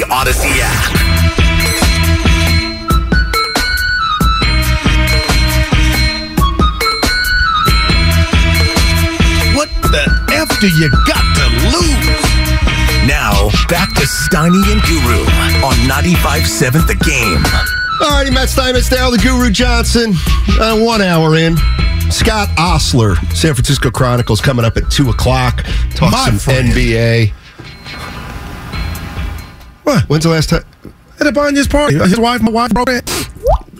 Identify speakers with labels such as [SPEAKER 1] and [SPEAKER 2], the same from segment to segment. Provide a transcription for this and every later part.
[SPEAKER 1] Odyssey app.
[SPEAKER 2] What the F do you got to lose?
[SPEAKER 1] Now, back to Steiny and Guru on 95.7 The Game.
[SPEAKER 2] All righty, Matt Stein, it's Dale the Guru Johnson. Uh, one hour in. Scott Osler, San Francisco Chronicles, coming up at 2 o'clock. Talk
[SPEAKER 3] My
[SPEAKER 2] some
[SPEAKER 3] friend.
[SPEAKER 2] NBA.
[SPEAKER 3] What?
[SPEAKER 2] When's the last time?
[SPEAKER 3] At a Bunyan's party. His wife, my wife broke it.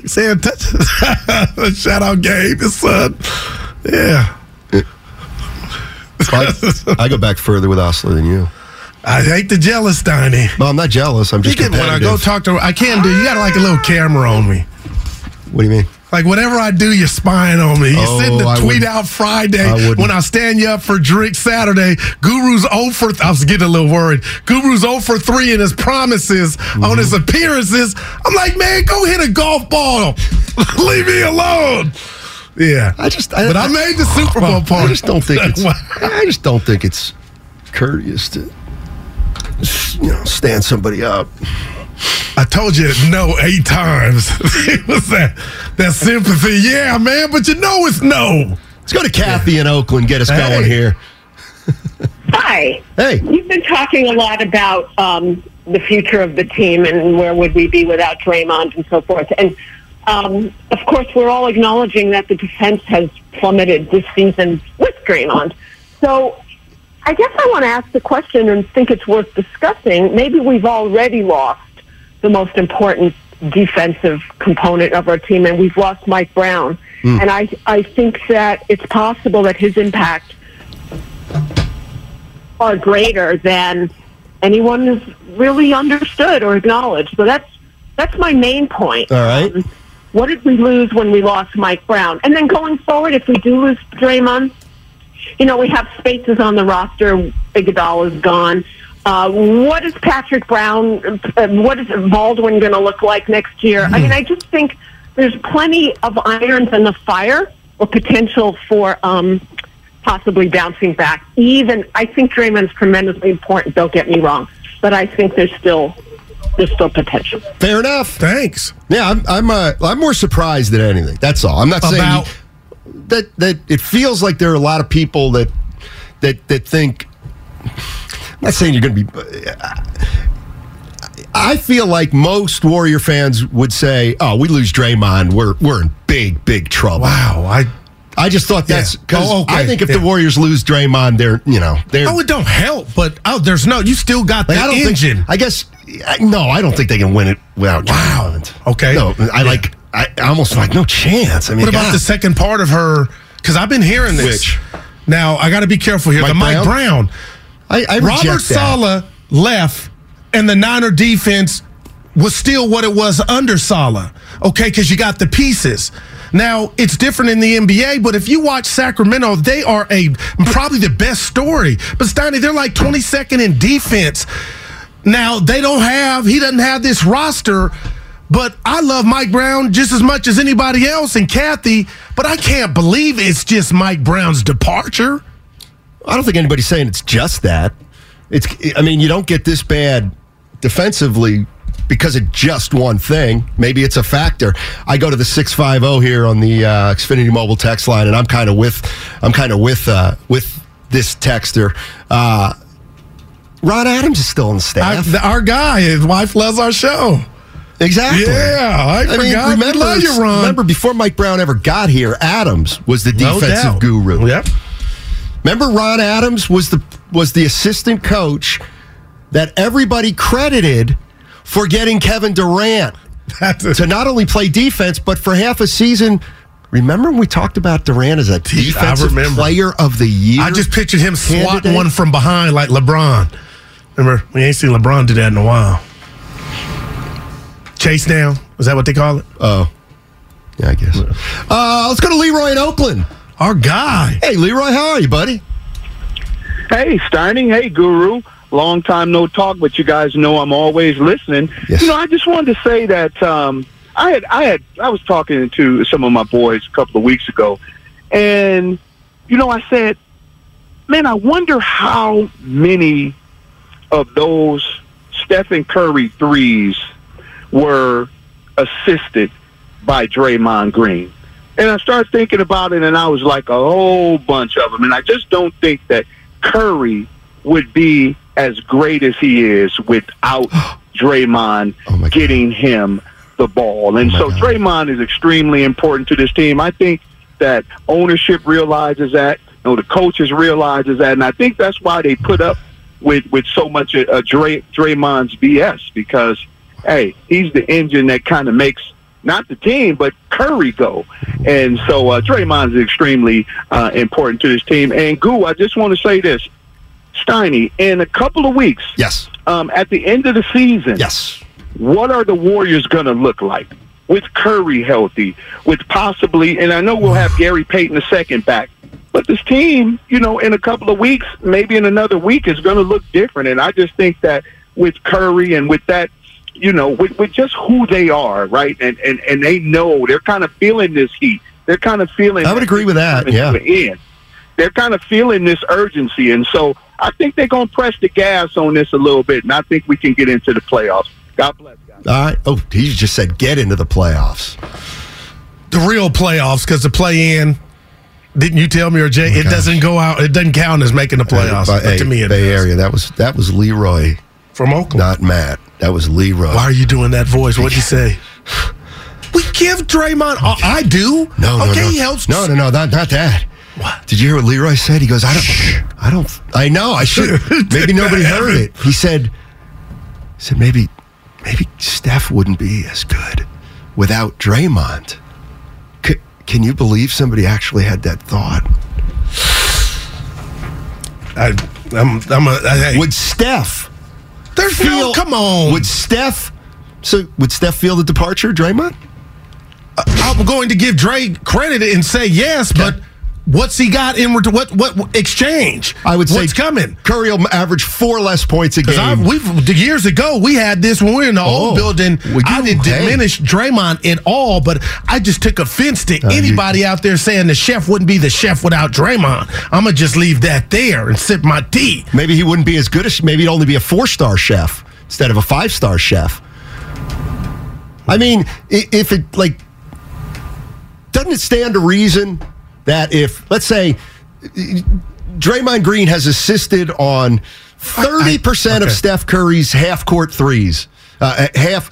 [SPEAKER 3] Saying touch. Shout out Gabe, his son. Yeah.
[SPEAKER 2] I, I go back further with Osler than you.
[SPEAKER 3] I hate the jealous Donnie.
[SPEAKER 2] No, I'm not jealous. I'm
[SPEAKER 3] You
[SPEAKER 2] just
[SPEAKER 3] get- when I go
[SPEAKER 2] competitive.
[SPEAKER 3] talk to I can't do you got like a little camera on me.
[SPEAKER 2] What do you mean?
[SPEAKER 3] Like whatever I do, you're spying on me. You're
[SPEAKER 2] Oh,
[SPEAKER 3] sitting to
[SPEAKER 2] I
[SPEAKER 3] tweet
[SPEAKER 2] wouldn't-
[SPEAKER 3] out Friday
[SPEAKER 2] I wouldn't.
[SPEAKER 3] when I stand you up for drink Saturday. Guru's 0 for I was getting a little worried. Guru's 0 for three in his promises
[SPEAKER 2] Mm-hmm.
[SPEAKER 3] on his appearances. I'm like, man, go hit a golf ball. Leave me alone. Yeah,
[SPEAKER 2] I just- I-
[SPEAKER 3] but I made the Super Bowl party.
[SPEAKER 2] I just don't think it's.
[SPEAKER 3] Why-
[SPEAKER 2] I just don't think it's courteous to, you know, stand somebody up.
[SPEAKER 3] I told you no eight times. it was that that sympathy. Yeah, man, but you know it's no.
[SPEAKER 2] Let's go to Kathy in Oakland. Get us
[SPEAKER 3] Hey.
[SPEAKER 2] going here.
[SPEAKER 4] Hi.
[SPEAKER 2] Hey.
[SPEAKER 4] You've been talking a lot about um, the future of the team and where would we be without Draymond and so forth. And um, of course, we're all acknowledging that the defense has plummeted this season with Draymond. So I guess I want to ask the question and think it's worth discussing. Maybe we've already lost the most important defensive component of our team, and we've lost Mike Brown. And I, I think that it's possible that his impact are greater than anyone has really understood or acknowledged. So that's that's my main point.
[SPEAKER 2] All right.
[SPEAKER 4] Um, what did we lose when we lost Mike Brown? And then going forward, if we do lose Draymond, you know, we have spaces on the roster. Iguodala is gone. Uh, what is Patrick Brown? Uh, what is Baldwin going to look like next year? I mean, I just think there's plenty of irons in the fire or potential for um, possibly bouncing back. Even I think Draymond's tremendously important. Don't get me wrong, but I think there's still there's still potential.
[SPEAKER 2] Fair enough.
[SPEAKER 3] Thanks.
[SPEAKER 2] Yeah, I'm. I'm. Uh, I'm more surprised than anything. That's all. I'm not saying
[SPEAKER 3] About-
[SPEAKER 2] that. That it feels like there are a lot of people that that that think. I'm not saying you're going to be. uh, I feel like most Warrior fans would say, "Oh, we lose Draymond, we're we're in big, big trouble."
[SPEAKER 3] Wow, I
[SPEAKER 2] I just thought that's
[SPEAKER 3] Yeah.
[SPEAKER 2] because
[SPEAKER 3] Oh, okay.
[SPEAKER 2] I think if
[SPEAKER 3] Yeah.
[SPEAKER 2] the Warriors lose Draymond, they're you know they're.
[SPEAKER 3] Oh, it don't help, but oh, there's no. You still got the
[SPEAKER 2] Like, I don't
[SPEAKER 3] engine.
[SPEAKER 2] think. I guess I- no. I don't think they can win it without
[SPEAKER 3] Wow.
[SPEAKER 2] Draymond.
[SPEAKER 3] Okay.
[SPEAKER 2] No, I like. I I almost like no chance. I mean,
[SPEAKER 3] what about
[SPEAKER 2] God.
[SPEAKER 3] the second part of her? Because I've been hearing this.
[SPEAKER 2] Which?
[SPEAKER 3] Now I got to be careful here.
[SPEAKER 2] Mike
[SPEAKER 3] the Mike Brown,
[SPEAKER 2] I, I reject
[SPEAKER 3] Robert
[SPEAKER 2] that.
[SPEAKER 3] Sala left, and the Niner defense was still what it was under Sala. Okay, because you got the pieces. Now it's different in the NBA, but if you watch Sacramento, they are a probably the best story. But Steiny, they're like 22nd in defense. Now they don't have he doesn't have this roster, but I love Mike Brown just as much as anybody else and Kathy, but I can't believe it's just Mike Brown's departure.
[SPEAKER 2] I don't think anybody's saying it's just that. It's. I mean, you don't get this bad defensively because of just one thing. Maybe it's a factor. I go to the six five zero here on the uh, Xfinity Mobile text line, and I'm kind of with. I'm kind of with uh, with this texter. Uh, Ron Adams is still on the
[SPEAKER 3] I-
[SPEAKER 2] staff.
[SPEAKER 3] th- our guy, his wife loves our show.
[SPEAKER 2] exactly.
[SPEAKER 3] Yeah, I,
[SPEAKER 2] I mean,
[SPEAKER 3] forgot.
[SPEAKER 2] remember,
[SPEAKER 3] we love you, Ron.
[SPEAKER 2] remember before Mike Brown ever got here, Adams was the
[SPEAKER 3] No
[SPEAKER 2] defensive
[SPEAKER 3] doubt.
[SPEAKER 2] guru.
[SPEAKER 3] Yep.
[SPEAKER 2] Remember Ron Adams was the was the assistant coach that everybody credited for getting Kevin Durant
[SPEAKER 3] That's it.
[SPEAKER 2] to not only play defense but for half a season. Remember when we talked about Durant as a defensive
[SPEAKER 3] remember.
[SPEAKER 2] player of the year?
[SPEAKER 3] I just pictured him swatting
[SPEAKER 2] Candidate?
[SPEAKER 3] one from behind like LeBron. Remember, we ain't seen LeBron do that in a while. Chase down. Is that what they call it?
[SPEAKER 2] Oh, yeah, I guess. Uh, let's go to Leroy in Oakland.
[SPEAKER 3] Our guy.
[SPEAKER 2] Hey, Leroy, how are you, buddy?
[SPEAKER 5] Hey, Steining. Hey, Guru. Long time no talk, but you guys know I'm always listening.
[SPEAKER 2] Yes.
[SPEAKER 5] You know, I just wanted to say that um, I had I had I was talking to some of my boys a couple of weeks ago, and you know I said, man, I wonder how many of those Stephen Curry threes were assisted by Draymond Green. And I started thinking about it, and I was like a whole bunch of them. And I just don't think that Curry would be as great as he is without Draymond
[SPEAKER 2] Oh, my God.
[SPEAKER 5] getting him the ball. And
[SPEAKER 2] Oh, my
[SPEAKER 5] so
[SPEAKER 2] God.
[SPEAKER 5] Draymond is extremely important to this team. I think that ownership realizes that, you know, the coaches realizes that, and I think that's why they put up with with so much uh, Dray, Draymond's BS because hey, he's the engine that kind of makes not the team but Curry go, and so uh, Draymond is extremely uh, important to this team. And Goo, I just want to say this, Steiny, in a couple of weeks,
[SPEAKER 2] Yes.
[SPEAKER 5] um, at the end of the season,
[SPEAKER 2] Yes.
[SPEAKER 5] what are the Warriors going to look like with Curry healthy, with possibly, and I know we'll have Gary Payton the second back, but this team, you know, in a couple of weeks, maybe in another week, is going to look different. And I just think that with Curry and with that, you know, with, with just who they are, right? And, and and they know they're kind of feeling this heat. They're kind of feeling.
[SPEAKER 2] I would agree with that,
[SPEAKER 5] coming to
[SPEAKER 2] yeah.
[SPEAKER 5] an end. They're kind of feeling this urgency, and so I think they're going to press the gas on this a little bit, and I think we can get into the playoffs. God bless, guys.
[SPEAKER 2] All right. Oh, he just said get into the playoffs.
[SPEAKER 3] the real playoffs because the play in. Didn't you tell me or Jay? it
[SPEAKER 2] gosh.
[SPEAKER 3] doesn't go out. It doesn't count as making the playoffs.
[SPEAKER 2] By-
[SPEAKER 3] But, to
[SPEAKER 2] hey,
[SPEAKER 3] me, it
[SPEAKER 2] Bay
[SPEAKER 3] does.
[SPEAKER 2] Area. That was that was Leroy,
[SPEAKER 3] from Oakland.
[SPEAKER 2] not Matt. That was Leroy.
[SPEAKER 3] Why are you doing that voice? What'd you say? We give Draymond. all- I do.
[SPEAKER 2] No, no,
[SPEAKER 3] Okay,
[SPEAKER 2] no.
[SPEAKER 3] he helps.
[SPEAKER 2] No, no, no, not not that.
[SPEAKER 3] What?
[SPEAKER 2] Did you hear what Leroy said? He goes, I don't, I don't, I know, I should. Maybe nobody heard it. He said, he said maybe, maybe Steph wouldn't be as good without Draymond. C- can you believe somebody actually had that thought?
[SPEAKER 3] I, I'm. I'm a. I, hey,
[SPEAKER 2] Would Steph
[SPEAKER 3] there's no.
[SPEAKER 2] feel?
[SPEAKER 3] Come on.
[SPEAKER 2] Would Steph? So would Steph feel the departure, Draymond?
[SPEAKER 3] I'm going to give Dre credit and say yes, but what's he got in ret- what what exchange?
[SPEAKER 2] I would say
[SPEAKER 3] what's coming.
[SPEAKER 2] Curry will average four less points a game.
[SPEAKER 3] Because I we've the years ago we had this when we were in the
[SPEAKER 2] Oh.
[SPEAKER 3] old building.
[SPEAKER 2] Well, you-
[SPEAKER 3] I didn't
[SPEAKER 2] hey.
[SPEAKER 3] diminish Draymond at all, but I just took offense to
[SPEAKER 2] Uh, you-
[SPEAKER 3] anybody out there saying the chef wouldn't be the chef without Draymond. I'ma just leave that there and sip my tea.
[SPEAKER 2] Maybe he wouldn't be as good as maybe he'd only be a four star chef instead of a five star chef. I mean, i- if it like doesn't it stand to reason that if let's say Draymond Green has assisted on thirty percent of
[SPEAKER 3] okay.
[SPEAKER 2] Steph Curry's half court threes, uh, half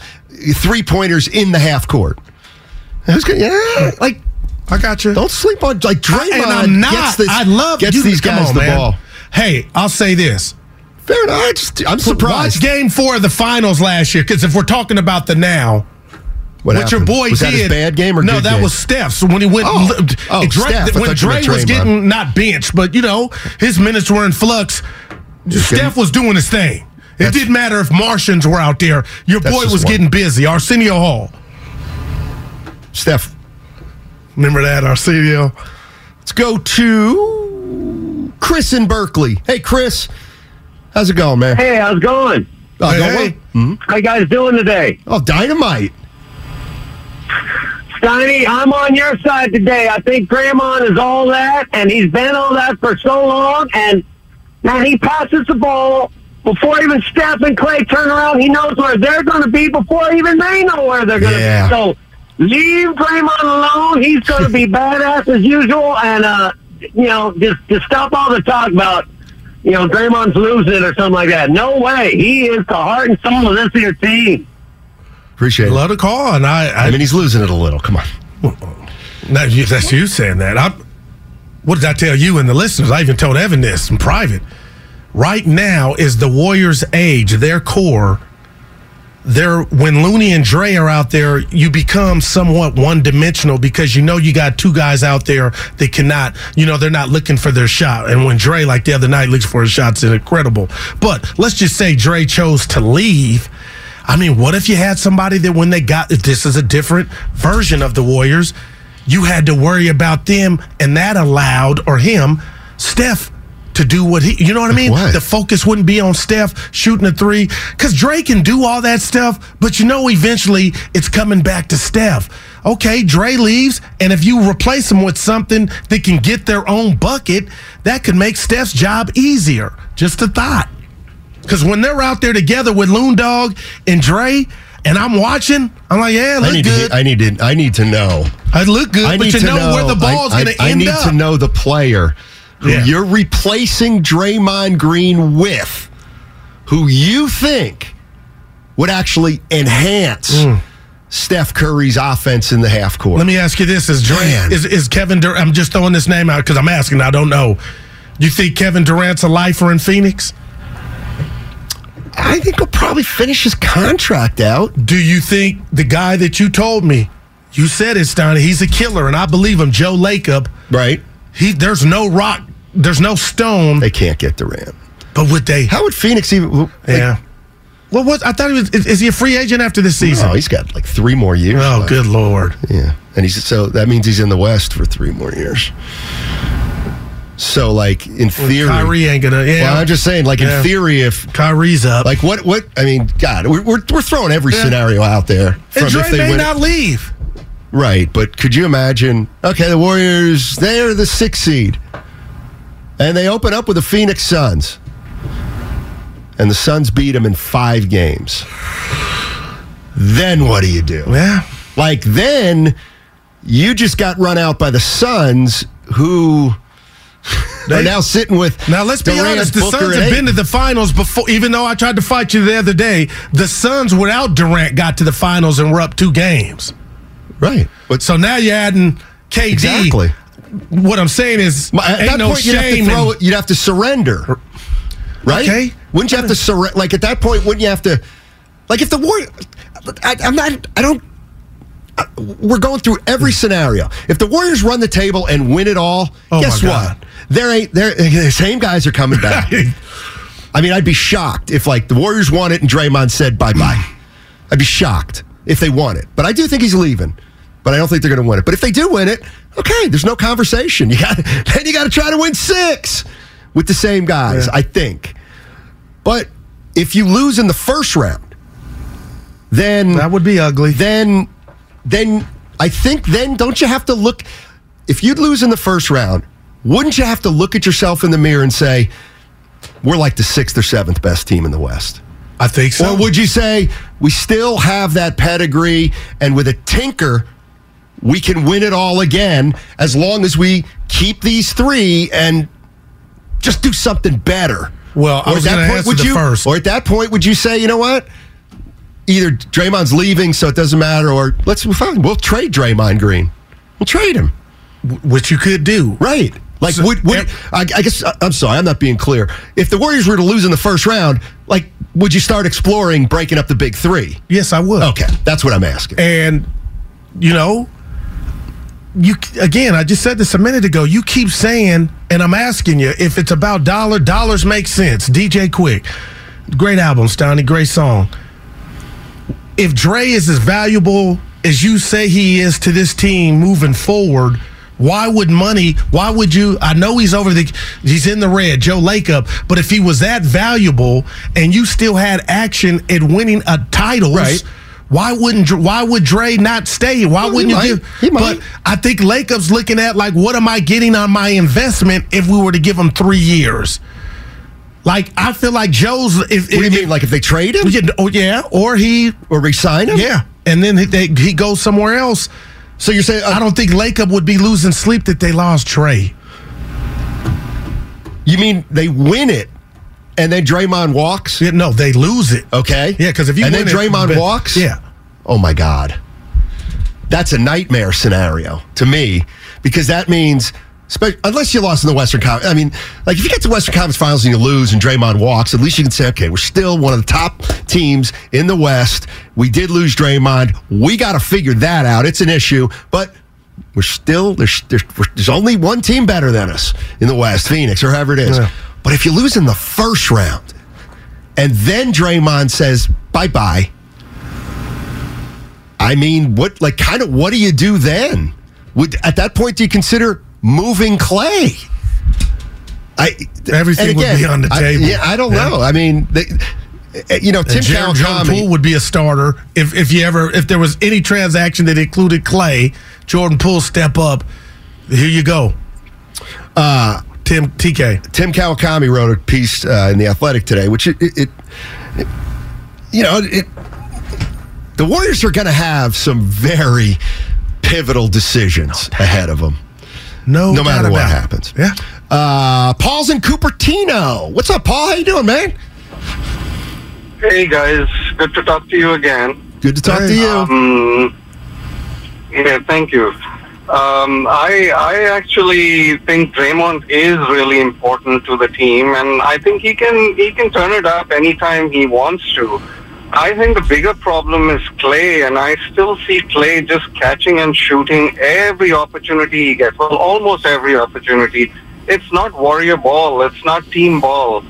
[SPEAKER 2] three pointers in the half court. Who's gonna, yeah, like
[SPEAKER 3] I got you.
[SPEAKER 2] don't sleep on like Draymond.
[SPEAKER 3] and I'm not.
[SPEAKER 2] Gets this,
[SPEAKER 3] I love
[SPEAKER 2] gets
[SPEAKER 3] you.
[SPEAKER 2] these
[SPEAKER 3] Come
[SPEAKER 2] guys
[SPEAKER 3] on,
[SPEAKER 2] the
[SPEAKER 3] man.
[SPEAKER 2] ball.
[SPEAKER 3] Hey, I'll say this.
[SPEAKER 2] Fair enough. I just, I'm surprised.
[SPEAKER 3] Watch game four of the finals last year, because if we're talking about the now,
[SPEAKER 2] What,
[SPEAKER 3] what your
[SPEAKER 2] happened?
[SPEAKER 3] boy
[SPEAKER 2] was
[SPEAKER 3] did.
[SPEAKER 2] that his bad game or
[SPEAKER 3] no?
[SPEAKER 2] good
[SPEAKER 3] that
[SPEAKER 2] game?
[SPEAKER 3] was Steph's when he went.
[SPEAKER 2] Oh.
[SPEAKER 3] li-
[SPEAKER 2] Oh,
[SPEAKER 3] Dre-
[SPEAKER 2] Steph. I
[SPEAKER 3] when
[SPEAKER 2] thought you
[SPEAKER 3] Dre
[SPEAKER 2] meant
[SPEAKER 3] was
[SPEAKER 2] Draymond.
[SPEAKER 3] getting not benched, but you know his minutes were in flux. Steph was doing his thing. It
[SPEAKER 2] That's-
[SPEAKER 3] didn't matter if Martians were out there. Your
[SPEAKER 2] That's
[SPEAKER 3] boy
[SPEAKER 2] just
[SPEAKER 3] was
[SPEAKER 2] one.
[SPEAKER 3] getting busy. Arsenio Hall.
[SPEAKER 2] Steph.
[SPEAKER 3] Remember that Arsenio?
[SPEAKER 2] Let's go to Chris in Berkeley. Hey, Chris, how's it going, man?
[SPEAKER 6] Hey, how's it going?
[SPEAKER 2] oh, don't
[SPEAKER 3] hey.
[SPEAKER 2] worry.
[SPEAKER 6] How you guys doing today?
[SPEAKER 2] oh, dynamite.
[SPEAKER 6] Steiny, I'm on your side today. I think Draymond is all that, and he's been all that for so long. And man, he passes the ball before even Steph and Clay turn around. He knows where they're going to be before even they know where they're going to
[SPEAKER 2] Yeah.
[SPEAKER 6] be. So leave Draymond alone. He's going to be badass as usual, and uh, you know, just just stop all the talk about. You know, Draymond's losing it or something like that. No way. He is the heart and soul of this here team.
[SPEAKER 2] Appreciate it.
[SPEAKER 3] Love the call, and I. I,
[SPEAKER 2] I mean, he's losing it a little. Come on.
[SPEAKER 3] now you, that's you saying that. I, what did I tell you and the listeners? I even told Evan this in private. Right now is the Warriors' age, their core. They're, when Looney and Dre are out there, you become somewhat one dimensional because you know you got two guys out there that cannot, you know, they're not looking for their shot. And when Dre, like the other night, looks for his shots, it's incredible. But let's just say Dre chose to leave. I mean, what if you had somebody that when they got this is a different version of the Warriors, you had to worry about them, and that allowed or him, Steph, to do what he, you know what I mean?
[SPEAKER 2] What?
[SPEAKER 3] The focus wouldn't be on Steph shooting a three because Dre can do all that stuff, but you know, eventually it's coming back to Steph. Okay, Dre leaves, and if you replace him with something that can get their own bucket, that could make Steph's job easier. Just a thought. Because when they're out there together with Loon Dog and Dre, and I'm watching, I'm like, yeah,
[SPEAKER 2] I
[SPEAKER 3] look
[SPEAKER 2] need to.
[SPEAKER 3] good.
[SPEAKER 2] he- I need to. I need to know.
[SPEAKER 3] I look good,
[SPEAKER 2] I
[SPEAKER 3] but
[SPEAKER 2] need
[SPEAKER 3] you
[SPEAKER 2] to
[SPEAKER 3] know, where the ball's
[SPEAKER 2] I-
[SPEAKER 3] going to
[SPEAKER 2] I,
[SPEAKER 3] end
[SPEAKER 2] I need
[SPEAKER 3] up.
[SPEAKER 2] to know the player who
[SPEAKER 3] Yeah.
[SPEAKER 2] you're replacing Draymond Green with, who you think would actually enhance Steph Curry's offense in the half court.
[SPEAKER 3] Hmm. Let me ask you this: Is Durant
[SPEAKER 2] Man.
[SPEAKER 3] is, is Kevin Durant? I'm just throwing this name out because I'm asking. I don't know. You think Kevin Durant's a lifer in Phoenix?
[SPEAKER 2] I think he'll probably finish his contract out.
[SPEAKER 3] Do you think the guy that you told me, you said it's Donnie, he's a killer, and I believe him, Joe Lakeup.
[SPEAKER 2] Right.
[SPEAKER 3] He there's no rock, there's no stone,
[SPEAKER 2] They can't get Durant.
[SPEAKER 3] but would they?
[SPEAKER 2] How would Phoenix even? like,
[SPEAKER 3] yeah. Well, what I thought he was is, is he a free agent after this season?
[SPEAKER 2] No, oh, he's got like three more years.
[SPEAKER 3] oh,
[SPEAKER 2] left.
[SPEAKER 3] good lord.
[SPEAKER 2] Yeah, and he's so that means he's in the West for three more years. So, like in theory,
[SPEAKER 3] Kyrie ain't gonna. Yeah,
[SPEAKER 2] well, I'm just saying, like
[SPEAKER 3] Yeah.
[SPEAKER 2] in theory, if
[SPEAKER 3] Kyrie's up.
[SPEAKER 2] like what what I mean, God, we're we're, we're throwing every
[SPEAKER 3] Yeah.
[SPEAKER 2] scenario out there.
[SPEAKER 3] and Dre
[SPEAKER 2] if
[SPEAKER 3] may
[SPEAKER 2] win-
[SPEAKER 3] not leave.
[SPEAKER 2] right, but could you imagine? Okay, the Warriors, they're the sixth seed, and they open up with the Phoenix Suns, and the Suns beat them in five games. Then what do you do?
[SPEAKER 3] Yeah.
[SPEAKER 2] Like then you just got run out by the Suns who are now sitting with
[SPEAKER 3] Now let's be
[SPEAKER 2] Durant,
[SPEAKER 3] honest. The
[SPEAKER 2] Booker,
[SPEAKER 3] Suns
[SPEAKER 2] and
[SPEAKER 3] have been to
[SPEAKER 2] Ayton.
[SPEAKER 3] the finals before. Even though I tried to fight you the other day, the Suns without Durant got to the finals and were up two games.
[SPEAKER 2] right.
[SPEAKER 3] But so now you're adding KD.
[SPEAKER 2] Exactly.
[SPEAKER 3] What I'm saying is,
[SPEAKER 2] My- At
[SPEAKER 3] ain't
[SPEAKER 2] that
[SPEAKER 3] no
[SPEAKER 2] point, you'd have to
[SPEAKER 3] shame.
[SPEAKER 2] throw
[SPEAKER 3] in-
[SPEAKER 2] it. You'd have to surrender, right?
[SPEAKER 3] Okay.
[SPEAKER 2] Wouldn't you have to surrender? Like at that point, wouldn't you have to? Like if the war, I, I'm not. I don't. I- We're going through
[SPEAKER 3] Hmm.
[SPEAKER 2] every scenario. If the Warriors run the table and win it all,
[SPEAKER 3] Oh, my
[SPEAKER 2] guess
[SPEAKER 3] God.
[SPEAKER 2] what? There ain't there. The same guys are coming back. I mean, I'd be shocked if like the Warriors won it and Draymond said bye bye. I'd be shocked if they won it. But I do think he's leaving. But I don't think they're going to win it. But if they do win it, okay, there's no conversation. You got then you got to try to win six with the same guys. I think. But if you lose in the first round, then
[SPEAKER 3] That would be ugly.
[SPEAKER 2] then then I think then don't you have to look if you'd lose in the first round, wouldn't you have to look at yourself in the mirror and say, We're like the sixth or seventh best team in the West?
[SPEAKER 3] I think so.
[SPEAKER 2] Or would you say we still have that pedigree and with a tinker, we can win it all again as long as we keep these three and just do something better?
[SPEAKER 3] Well, I
[SPEAKER 2] Or at
[SPEAKER 3] was
[SPEAKER 2] that
[SPEAKER 3] gonna
[SPEAKER 2] point,
[SPEAKER 3] answer
[SPEAKER 2] would
[SPEAKER 3] the
[SPEAKER 2] you,
[SPEAKER 3] first.
[SPEAKER 2] Or at that point, would you say, you know what? Either Draymond's leaving, so it doesn't matter, or let's fine, we'll trade Draymond Green. We'll trade him.
[SPEAKER 3] Which you could do.
[SPEAKER 2] Right. Like,
[SPEAKER 3] So-
[SPEAKER 2] would,
[SPEAKER 3] Yep.
[SPEAKER 2] would I, I guess I- I'm sorry, I'm not being clear. If the Warriors were to lose in the first round, like, would you start exploring breaking up the big three?
[SPEAKER 3] Yes, I would.
[SPEAKER 2] Okay, that's what I'm asking.
[SPEAKER 3] And you know, you again, I just said this a minute ago. You keep saying, and I'm asking you, if it's about dollar, dollars make sense. DJ Quick, great album, Stoney, great song. If Dre is as valuable as you say he is to this team moving forward, why would money? Why would you? I know he's over the, he's in the red, Joe Lakeup. But if he was that valuable and you still had action at winning a titles,
[SPEAKER 2] Right.
[SPEAKER 3] why wouldn't Dr- why would Dre not stay? Why
[SPEAKER 2] Well, he
[SPEAKER 3] wouldn't you
[SPEAKER 2] might.
[SPEAKER 3] give?
[SPEAKER 2] He might.
[SPEAKER 3] But I think Lakeup's looking at like, what am I getting on my investment if we were to give him three years? Like, I feel like Joe's. If,
[SPEAKER 2] What do you mean, like, if they trade him
[SPEAKER 3] mean? Oh yeah, or he,
[SPEAKER 2] or resign him?
[SPEAKER 3] yeah, and then he, they, he goes somewhere else.
[SPEAKER 2] So you're saying,
[SPEAKER 3] I
[SPEAKER 2] uh,
[SPEAKER 3] don't think Lakeup would be losing sleep that they lost Trey.
[SPEAKER 2] you mean they win it and then Draymond walks?
[SPEAKER 3] Yeah, No, they lose it.
[SPEAKER 2] Okay.
[SPEAKER 3] Yeah, because if you
[SPEAKER 2] And then
[SPEAKER 3] win it-
[SPEAKER 2] Draymond
[SPEAKER 3] but-
[SPEAKER 2] walks?
[SPEAKER 3] yeah,
[SPEAKER 2] Oh my God. That's a nightmare scenario to me because that means, spe- unless you lost in the Western Conference, I mean, like if you get to Western Conference Finals and you lose and Draymond walks, at least you can say, okay, we're still one of the top teams in the West. We did lose Draymond. We got to figure that out. It's an issue, but we're still, there's, there's, there's only one team better than us in the West, Phoenix or however it is.
[SPEAKER 3] Yeah.
[SPEAKER 2] But if you lose in the first round and then Draymond says, bye bye. I mean, what like kind of what do you do then? Would at that point do you consider moving Clay? I
[SPEAKER 3] Everything
[SPEAKER 2] and
[SPEAKER 3] would be on the
[SPEAKER 2] I-
[SPEAKER 3] table.
[SPEAKER 2] yeah, I don't
[SPEAKER 3] Yeah.
[SPEAKER 2] know. I mean, they, eh, you know, Tim
[SPEAKER 3] And Jared Jordan Poole
[SPEAKER 2] Kawakami.
[SPEAKER 3] would be a starter if if you ever if there was any transaction that included Clay, Jordan Poole step up. Here you go. Uh Tim TK.
[SPEAKER 2] Tim Kawakami wrote a piece uh, in the Athletic today, which it, it, it you know, it, the Warriors are going to have some very pivotal decisions ahead of them,
[SPEAKER 3] No, doubt
[SPEAKER 2] no matter what
[SPEAKER 3] about it.
[SPEAKER 2] happens.
[SPEAKER 3] Yeah.
[SPEAKER 2] Uh, Paul's in Cupertino. What's up, Paul? How you doing, man?
[SPEAKER 7] Hey guys, good to talk to you again.
[SPEAKER 2] Good to talk
[SPEAKER 3] Hey.
[SPEAKER 2] to you.
[SPEAKER 7] Um, yeah, thank you. Um, I I actually think Draymond is really important to the team, and I think he can he can turn it up anytime he wants to. I think the bigger problem is Clay, and I still see Clay just catching and shooting every opportunity he gets. Well, almost every opportunity. It's not warrior ball. It's not team ball.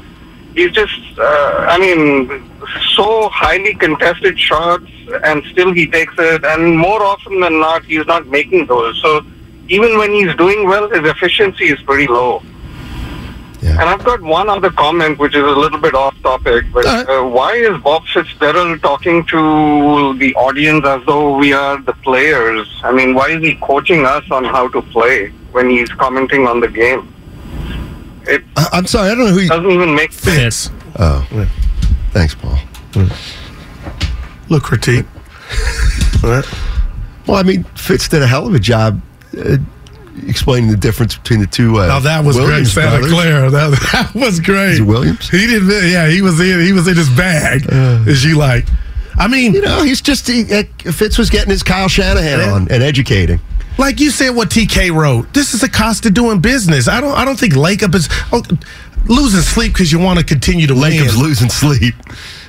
[SPEAKER 7] he's just, uh, I mean, so highly contested shots, and still he takes it. And more often than not, he's not making those. So even when he's doing well, his efficiency is pretty low.
[SPEAKER 2] Yeah.
[SPEAKER 7] And I've got one other comment, which is a little bit off topic, but
[SPEAKER 2] All right.
[SPEAKER 7] uh, why is Bob Fitzgerald talking to the audience as though we are the players? I mean, why is he coaching us on how to play when he's commenting on the game? It
[SPEAKER 2] I- I'm sorry, I don't know
[SPEAKER 5] Uh,
[SPEAKER 2] who you.
[SPEAKER 7] doesn't even make sense.
[SPEAKER 3] Fitz.
[SPEAKER 2] Oh, thanks, Paul.
[SPEAKER 3] Look, critique. What?
[SPEAKER 2] Well, I mean, Fitz did a hell of a job uh, explaining the difference between the two. Uh,
[SPEAKER 3] Now that was
[SPEAKER 2] Williams
[SPEAKER 3] great, Santa
[SPEAKER 2] brothers.
[SPEAKER 3] Clara. That, that was great.
[SPEAKER 2] Is it Williams?
[SPEAKER 3] He didn't. Yeah, he was in. He was in his bag. Is you like? I mean,
[SPEAKER 2] You know, he's just he, uh, Fitz was getting his Kyle Shanahan
[SPEAKER 3] Yeah.
[SPEAKER 2] on and educating.
[SPEAKER 3] like you said, what TK wrote. This is a cost of doing business. I don't. I don't think Lakeup is oh, losing sleep because you want to continue to win.
[SPEAKER 2] Jacob's losing sleep.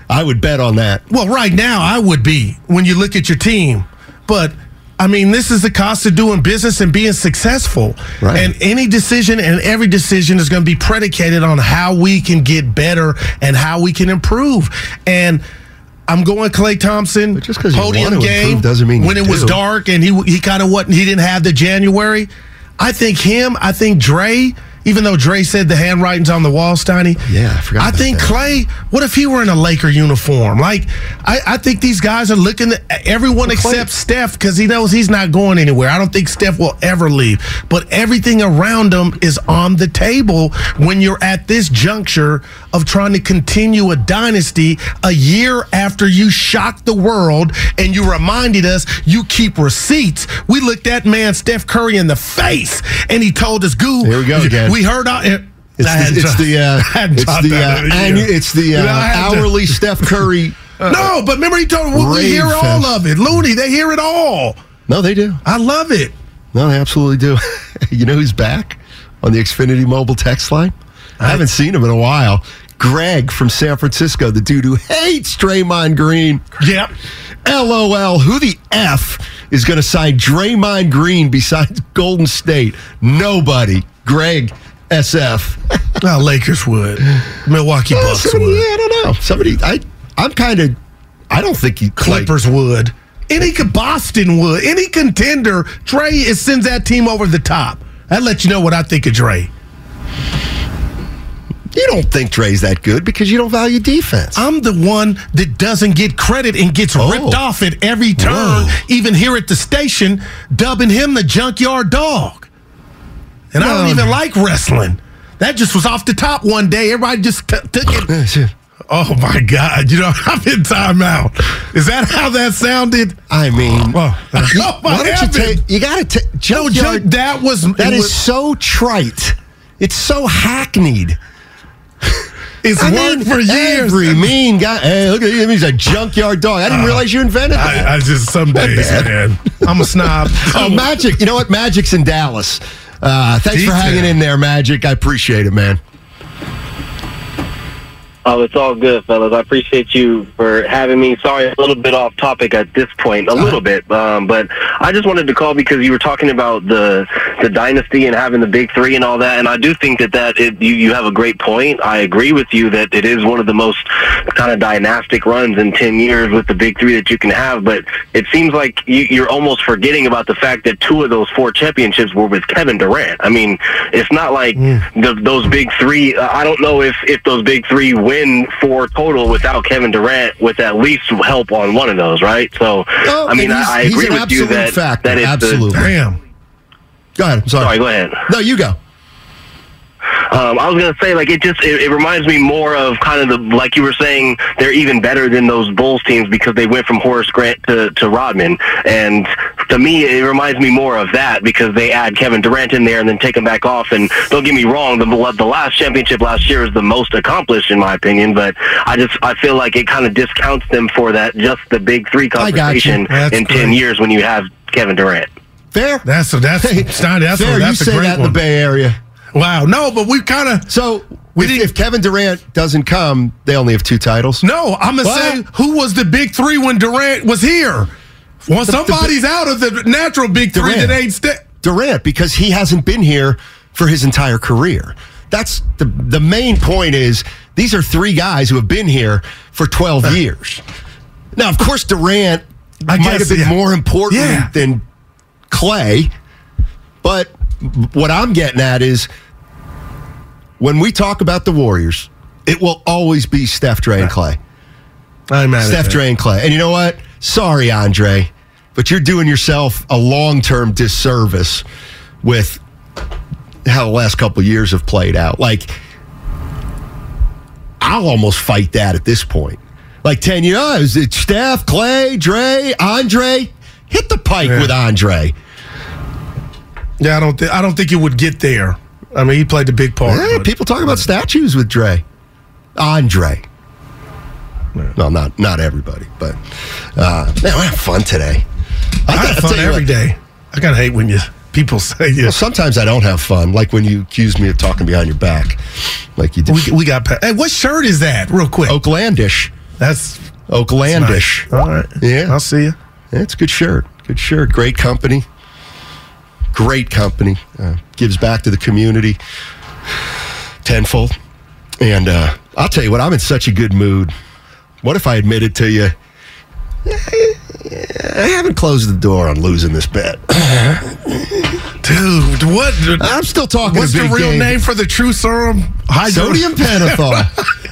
[SPEAKER 2] I would bet on that.
[SPEAKER 3] Well, right now I would be when you look at your team, but I mean this is the cost of doing business and being successful.
[SPEAKER 2] Right.
[SPEAKER 3] And any decision and every decision is going to be predicated on how we can get better and how we can improve. And I'm going Clay Thompson
[SPEAKER 2] But just 'cause you want to improve doesn't mean
[SPEAKER 3] when
[SPEAKER 2] you
[SPEAKER 3] it was
[SPEAKER 2] do.
[SPEAKER 3] dark and he he kind of wasn't he didn't have the January. I think him. I think Dre. Even though Dre said the handwriting's on the wall, Steiny.
[SPEAKER 2] Yeah, I forgot
[SPEAKER 3] I
[SPEAKER 2] about
[SPEAKER 3] think
[SPEAKER 2] that.
[SPEAKER 3] Clay. What if he were in a Laker uniform? Like, I, I think these guys are looking. At, everyone
[SPEAKER 2] Clay-
[SPEAKER 3] except Steph because he knows he's not going anywhere. I don't think Steph will ever leave. But everything around him is on the table when you're at this juncture of trying to continue a dynasty a year after you shocked the world and you reminded us you keep receipts. We looked that man Steph Curry in the face and he told us, "Goo,
[SPEAKER 2] Here we go again.
[SPEAKER 3] We heard out."
[SPEAKER 2] It's the it's the uh, it's the uh, annu- it's the uh, hourly Steph Curry.
[SPEAKER 3] no, but remember he told we, we
[SPEAKER 2] Rave
[SPEAKER 3] hear all
[SPEAKER 2] fest.
[SPEAKER 3] of it. Looney, they hear it all.
[SPEAKER 2] No, they do.
[SPEAKER 3] I love it.
[SPEAKER 2] No, they absolutely do. you know who's back on the Xfinity mobile text line? I haven't seen him in a while. Greg from San Francisco, the dude who hates Draymond Green.
[SPEAKER 3] Yep.
[SPEAKER 2] LOL, who the F is going to sign Draymond Green besides Golden State? Nobody. Greg, SF.
[SPEAKER 3] No, Lakers would. Milwaukee
[SPEAKER 2] Uh,
[SPEAKER 3] Bucks
[SPEAKER 2] somebody, yeah,
[SPEAKER 3] would.
[SPEAKER 2] I don't know. Somebody, I, I'm kind of, I don't think he
[SPEAKER 3] Clippers would. Any co- Boston would. Any contender, Dre is, sends that team over the top. That lets you know what I think of Dre.
[SPEAKER 2] Like, you don't think Dre's that good because you don't value defense.
[SPEAKER 3] I'm the one that doesn't get credit and gets ripped off at every turn,
[SPEAKER 2] Whoa.
[SPEAKER 3] even here at the station, dubbing him the junkyard dog. And I don't
[SPEAKER 2] No.
[SPEAKER 3] even like wrestling. That just was off the top one day. Everybody just t- took it.
[SPEAKER 2] Yeah, sure.
[SPEAKER 3] Oh my God! You know I'm in timeout. Is that how that sounded?
[SPEAKER 2] I mean,
[SPEAKER 3] Oh,
[SPEAKER 2] why
[SPEAKER 3] what
[SPEAKER 2] don't you take? You got to take.
[SPEAKER 3] No,
[SPEAKER 2] Junkyard,
[SPEAKER 3] Joe, that was
[SPEAKER 2] that
[SPEAKER 3] it
[SPEAKER 2] is
[SPEAKER 3] was-
[SPEAKER 2] so trite. It's so hackneyed.
[SPEAKER 3] it's
[SPEAKER 2] I
[SPEAKER 3] worked
[SPEAKER 2] mean,
[SPEAKER 3] for years.
[SPEAKER 2] Every mean guy. Hey, look at him. He's a junkyard dog. I didn't realize you invented that.
[SPEAKER 3] Uh, I, I just some days, man. I'm a snob.
[SPEAKER 2] Oh, Magic. You know what? Magic's in Dallas. Uh, thanks for
[SPEAKER 3] Detail.
[SPEAKER 2] hanging in there, Magic. I appreciate it, man.
[SPEAKER 7] Oh, it's all good, fellas. I appreciate you for having me. Sorry, a little bit off topic at this point, a little bit, um, but I just wanted to call because you were talking about the the dynasty and having the big three and all that, and I do think that that it, you you have a great point. I agree with you that it is one of the most kind of dynastic runs in ten years with the big three that you can have, but it seems like you, you're almost forgetting about the fact that two of those four championships were with Kevin Durant. I mean, it's not like the, those big three. Uh, I don't know if if those big three win four total without Kevin Durant with at least help on one of those, right? So
[SPEAKER 2] Oh,
[SPEAKER 7] I mean,
[SPEAKER 2] and he's-
[SPEAKER 7] I, I
[SPEAKER 2] he's
[SPEAKER 7] agree
[SPEAKER 2] an
[SPEAKER 7] with you
[SPEAKER 2] absolute
[SPEAKER 7] that
[SPEAKER 2] factor.
[SPEAKER 7] that it's the-
[SPEAKER 2] Absolutely.
[SPEAKER 3] Damn.
[SPEAKER 2] Go ahead. I'm sorry.
[SPEAKER 7] sorry, go ahead.
[SPEAKER 2] No, you go.
[SPEAKER 8] Um, I was gonna say like it just it, it reminds me more of kind of the like you were saying they're even better than those Bulls teams because they went from Horace Grant to, to Rodman, and to me it reminds me more of that because they add Kevin Durant in there and then take him back off. And don't get me wrong, the the last championship last year is the most accomplished in my opinion, but I just I feel like it kind of discounts them for that just the big three
[SPEAKER 2] I got you.
[SPEAKER 8] conversation
[SPEAKER 3] That's
[SPEAKER 8] in ten
[SPEAKER 3] great.
[SPEAKER 8] years when you have Kevin Durant.
[SPEAKER 2] Fair.
[SPEAKER 3] That's a, that's Stein, that's
[SPEAKER 2] Fair.
[SPEAKER 3] a,
[SPEAKER 2] you
[SPEAKER 3] that's
[SPEAKER 2] say
[SPEAKER 3] a great
[SPEAKER 2] that in
[SPEAKER 3] one.
[SPEAKER 2] the Bay Area.
[SPEAKER 3] Wow. No, but we kind of
[SPEAKER 2] So
[SPEAKER 3] We
[SPEAKER 2] if,
[SPEAKER 3] didn't-
[SPEAKER 2] if Kevin Durant doesn't come, they only have two titles.
[SPEAKER 3] no. I'm gonna
[SPEAKER 2] What?
[SPEAKER 3] say who was the big three when Durant was here. Once
[SPEAKER 2] The- the
[SPEAKER 3] somebody's out of the natural big three
[SPEAKER 2] Durant.
[SPEAKER 3] that ain't sta-
[SPEAKER 2] Durant because he hasn't been here for his entire career. That's the the main point is these are three guys who have been here for 12 years. Now, of course, Durant
[SPEAKER 3] I
[SPEAKER 2] might
[SPEAKER 3] guess,
[SPEAKER 2] have
[SPEAKER 3] yeah.
[SPEAKER 2] been more important
[SPEAKER 3] Yeah.
[SPEAKER 2] than Clay, but what I'm getting at is when we talk about the Warriors, it will always be Steph, Dre, and Clay.
[SPEAKER 3] I'm mad at
[SPEAKER 2] Steph
[SPEAKER 3] that.
[SPEAKER 2] Dre and Clay. And you know what? Sorry, Andre, but you're doing yourself a long term disservice with how the last couple of years have played out. Like, I'll almost fight that at this point. Like 10 years, it's Steph, Clay, Dre, Andre. Hit the pike
[SPEAKER 3] Yeah.
[SPEAKER 2] with Andre.
[SPEAKER 3] Yeah, I don't. Th- I don't think you would get there. I mean, he played the big part.
[SPEAKER 2] Hey,
[SPEAKER 3] but-
[SPEAKER 2] people talk about statues with Dre. Andre. Well, not not everybody, but uh, man, we have fun today.
[SPEAKER 3] I
[SPEAKER 2] gotta
[SPEAKER 3] have
[SPEAKER 2] tell
[SPEAKER 3] fun
[SPEAKER 2] you what-
[SPEAKER 3] every day. I kind of hate when you people say
[SPEAKER 2] Well,
[SPEAKER 3] yes.
[SPEAKER 2] sometimes I don't have fun, like when you accuse me of talking behind your back, like you did.
[SPEAKER 3] We, we got. pa- Hey, what shirt is that? Real quick.
[SPEAKER 2] Oh. Oaklandish.
[SPEAKER 3] That's
[SPEAKER 2] Oaklandish.
[SPEAKER 3] nice. All right.
[SPEAKER 2] Yeah.
[SPEAKER 3] I'll see you.
[SPEAKER 2] Yeah, it's a good shirt. Good shirt. Great company. Great company. Uh, gives back to the community tenfold. And uh, I'll tell you what, I'm in such a good mood. What if I admitted to you, I haven't closed the door on losing this bet.
[SPEAKER 3] Dude, what?
[SPEAKER 2] I'm still talking.
[SPEAKER 3] What's
[SPEAKER 2] a
[SPEAKER 3] the
[SPEAKER 2] big
[SPEAKER 3] real
[SPEAKER 2] game.
[SPEAKER 3] name for the true serum? Hydro-
[SPEAKER 2] Sodium pentothal.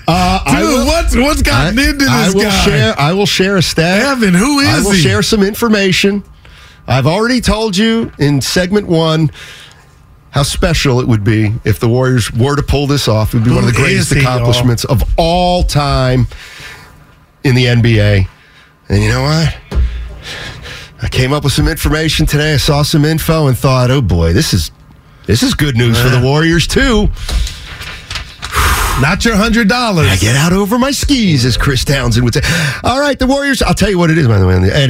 [SPEAKER 2] uh, I
[SPEAKER 3] Dude,
[SPEAKER 2] will-
[SPEAKER 3] what's what's gotten into this
[SPEAKER 2] I will
[SPEAKER 3] guy?
[SPEAKER 2] share. I will share a stat.
[SPEAKER 3] Evan, who
[SPEAKER 2] I
[SPEAKER 3] is
[SPEAKER 2] will
[SPEAKER 3] he?
[SPEAKER 2] share some information. I've already told you in segment one how special it would be if the Warriors were to pull this off. It would be one of the
[SPEAKER 3] Who
[SPEAKER 2] greatest
[SPEAKER 3] is he, y'all?
[SPEAKER 2] accomplishments of all time in the NBA. And you know what? I came up with some information today. I saw some info and thought, oh boy, this is this is good news for the Warriors too.
[SPEAKER 3] Not your hundred
[SPEAKER 2] I
[SPEAKER 3] dollars.
[SPEAKER 2] get out over my skis, as Chris Townsend would say. All right, the Warriors. I'll tell you what it is, by the way. At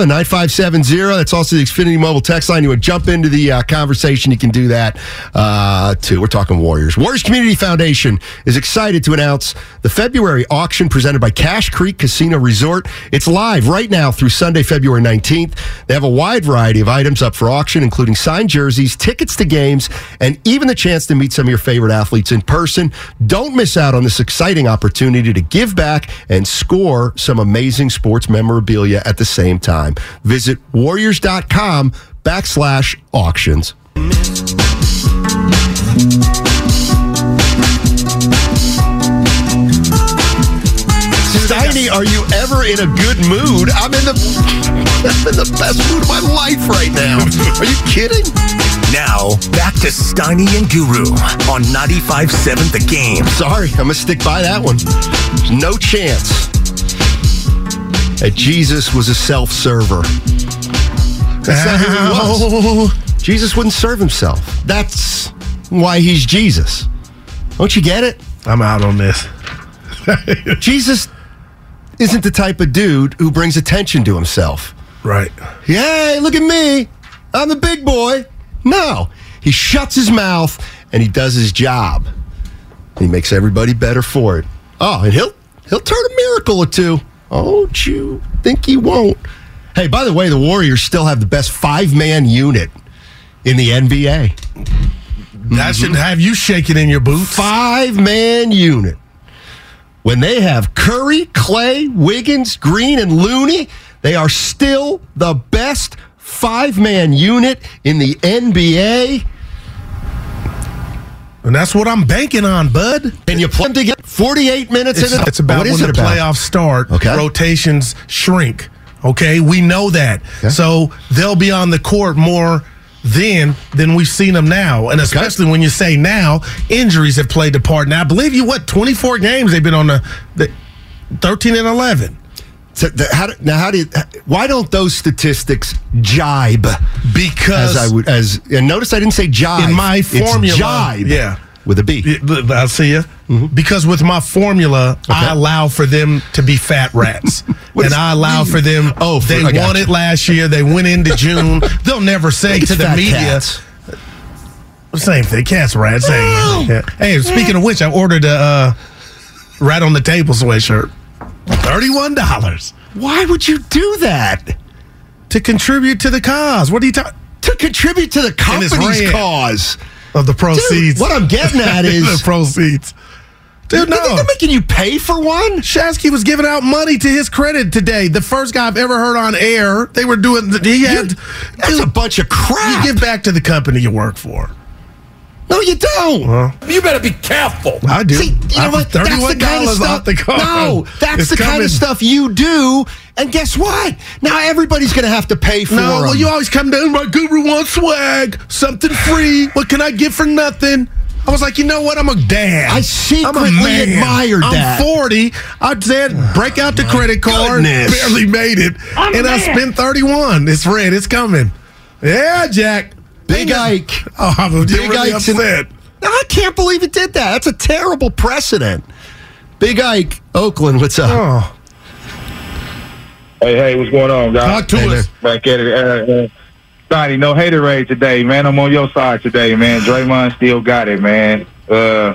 [SPEAKER 2] 888-957-9570. That's also the Xfinity Mobile text line. You would jump into the uh, conversation. You can do that, uh, too. We're talking Warriors. Warriors Community Foundation is excited to announce the February auction presented by Cash Creek Casino Resort. It's live right now through Sunday, February 19th. They have a wide variety of items up for auction, including signed jerseys, tickets to games, and even the chance to meet some of your favorite athletes in person. Don't miss out on this exciting opportunity to give back and score some amazing sports memorabilia at the same time. Visit warriors.com backslash auctions. Steiny, are you ever in a good mood? I'm in the I'm in the best mood of my life right now. Are you kidding?
[SPEAKER 1] Now, back to Steiny and Guru on 95.7 The Game.
[SPEAKER 2] Sorry, I'm gonna stick by that one. There's no chance that Jesus was a self-server. That's not who he was. Jesus wouldn't serve himself. That's why he's Jesus. Don't you get it?
[SPEAKER 3] I'm out on this.
[SPEAKER 2] Jesus isn't the type of dude who brings attention to himself.
[SPEAKER 3] Right.
[SPEAKER 2] Yay, look at me. I'm the big boy. No, he shuts his mouth and he does his job. He makes everybody better for it. Oh, and he'll he'll turn a miracle or two. Oh, do you think he won't? Hey, by the way, the Warriors still have the best five-man unit in the NBA. Mm-hmm.
[SPEAKER 3] That should have you shaking in your boots.
[SPEAKER 2] Five-man unit. When they have Curry, Clay, Wiggins, Green, and Looney, they are still the best five-man unit in the NBA.
[SPEAKER 3] And that's what I'm banking on, bud.
[SPEAKER 2] And you play them to get 48 minutes
[SPEAKER 3] It's,
[SPEAKER 2] in it.
[SPEAKER 3] it's about
[SPEAKER 2] what is
[SPEAKER 3] when
[SPEAKER 2] it
[SPEAKER 3] the
[SPEAKER 2] about?
[SPEAKER 3] playoffs start,
[SPEAKER 2] Okay.
[SPEAKER 3] rotations shrink. Okay, we know that.
[SPEAKER 2] Okay.
[SPEAKER 3] So they'll be on the court more then than we've seen him now. And especially when you say now, injuries have played a part. Now, I believe you, what, 24 games they've been on the, the 13 and 11.
[SPEAKER 2] So the, how do, now, how do you, why don't those statistics jibe?
[SPEAKER 3] Because-
[SPEAKER 2] as I would as and notice I didn't say jive
[SPEAKER 3] In my formula,
[SPEAKER 2] It's jibe,
[SPEAKER 3] yeah.
[SPEAKER 2] with a B.
[SPEAKER 3] I see you.
[SPEAKER 2] Mm-hmm.
[SPEAKER 3] Because with my formula, I allow for them to be fat rats,
[SPEAKER 2] What
[SPEAKER 3] and
[SPEAKER 2] is-
[SPEAKER 3] I allow for them.
[SPEAKER 2] Oh, for-
[SPEAKER 3] they
[SPEAKER 2] I got
[SPEAKER 3] won
[SPEAKER 2] you.
[SPEAKER 3] it last year. They went into June. They'll never say
[SPEAKER 2] It's
[SPEAKER 3] to the
[SPEAKER 2] fat
[SPEAKER 3] media. "Oh,
[SPEAKER 2] cats.
[SPEAKER 3] Same thing. Cats, rats. Same. Yeah. Hey, speaking of which, I ordered a uh, rat on the table sweatshirt. Thirty-one dollars
[SPEAKER 2] Why would you do that
[SPEAKER 3] to contribute to the cause. What are you talking?
[SPEAKER 2] to contribute to the
[SPEAKER 3] And it's
[SPEAKER 2] company's
[SPEAKER 3] red.
[SPEAKER 2] cause?
[SPEAKER 3] Of the proceeds.
[SPEAKER 2] what I'm getting at is-
[SPEAKER 3] the proceeds. Dude,
[SPEAKER 2] You think
[SPEAKER 3] no.
[SPEAKER 2] they're making you pay for one?
[SPEAKER 3] Shasky was giving out money to his credit today. The first guy I've ever heard on air. They were doing. He had.
[SPEAKER 2] That's a bunch of crap.
[SPEAKER 3] You give back to the company you work for.
[SPEAKER 2] no, you don't.
[SPEAKER 3] I do.
[SPEAKER 2] See, you know
[SPEAKER 3] I was
[SPEAKER 2] what? That's the kind of
[SPEAKER 3] $31
[SPEAKER 2] stuff.
[SPEAKER 3] off the car.
[SPEAKER 2] No, that's
[SPEAKER 3] It's
[SPEAKER 2] the kind
[SPEAKER 3] coming.
[SPEAKER 2] of stuff you do. And guess what? Now everybody's going to have to pay for
[SPEAKER 3] No, well,
[SPEAKER 2] 'em.
[SPEAKER 3] you always come down. My guru wants swag, something free. What can I get for nothing? I was like, you know what? I'm a dad.
[SPEAKER 2] I
[SPEAKER 3] I'm a
[SPEAKER 2] secretly
[SPEAKER 3] man.
[SPEAKER 2] admired
[SPEAKER 3] I'm
[SPEAKER 2] that.
[SPEAKER 3] 40. I said, break out the credit card.
[SPEAKER 2] goodness.
[SPEAKER 3] Barely made it,
[SPEAKER 4] I'm a
[SPEAKER 3] and I
[SPEAKER 4] man.
[SPEAKER 3] spent 31. It's red. It's coming. Yeah, Jack. Thing
[SPEAKER 2] Big
[SPEAKER 3] is-
[SPEAKER 2] Ike.
[SPEAKER 3] Oh, I'm
[SPEAKER 2] Big
[SPEAKER 3] really
[SPEAKER 2] Ike's in-
[SPEAKER 3] upset.
[SPEAKER 2] No, I can't believe it did that. That's a terrible precedent. Big Ike, Oakland, what's up?
[SPEAKER 3] oh,
[SPEAKER 9] Hey, hey, what's going on, guys?
[SPEAKER 3] talk to
[SPEAKER 2] Hey,
[SPEAKER 3] us.
[SPEAKER 2] there.
[SPEAKER 9] Back at it. Uh, uh, Donnie, no haterade today, man. I'm on your side today, man. Draymond still got it, man. Uh,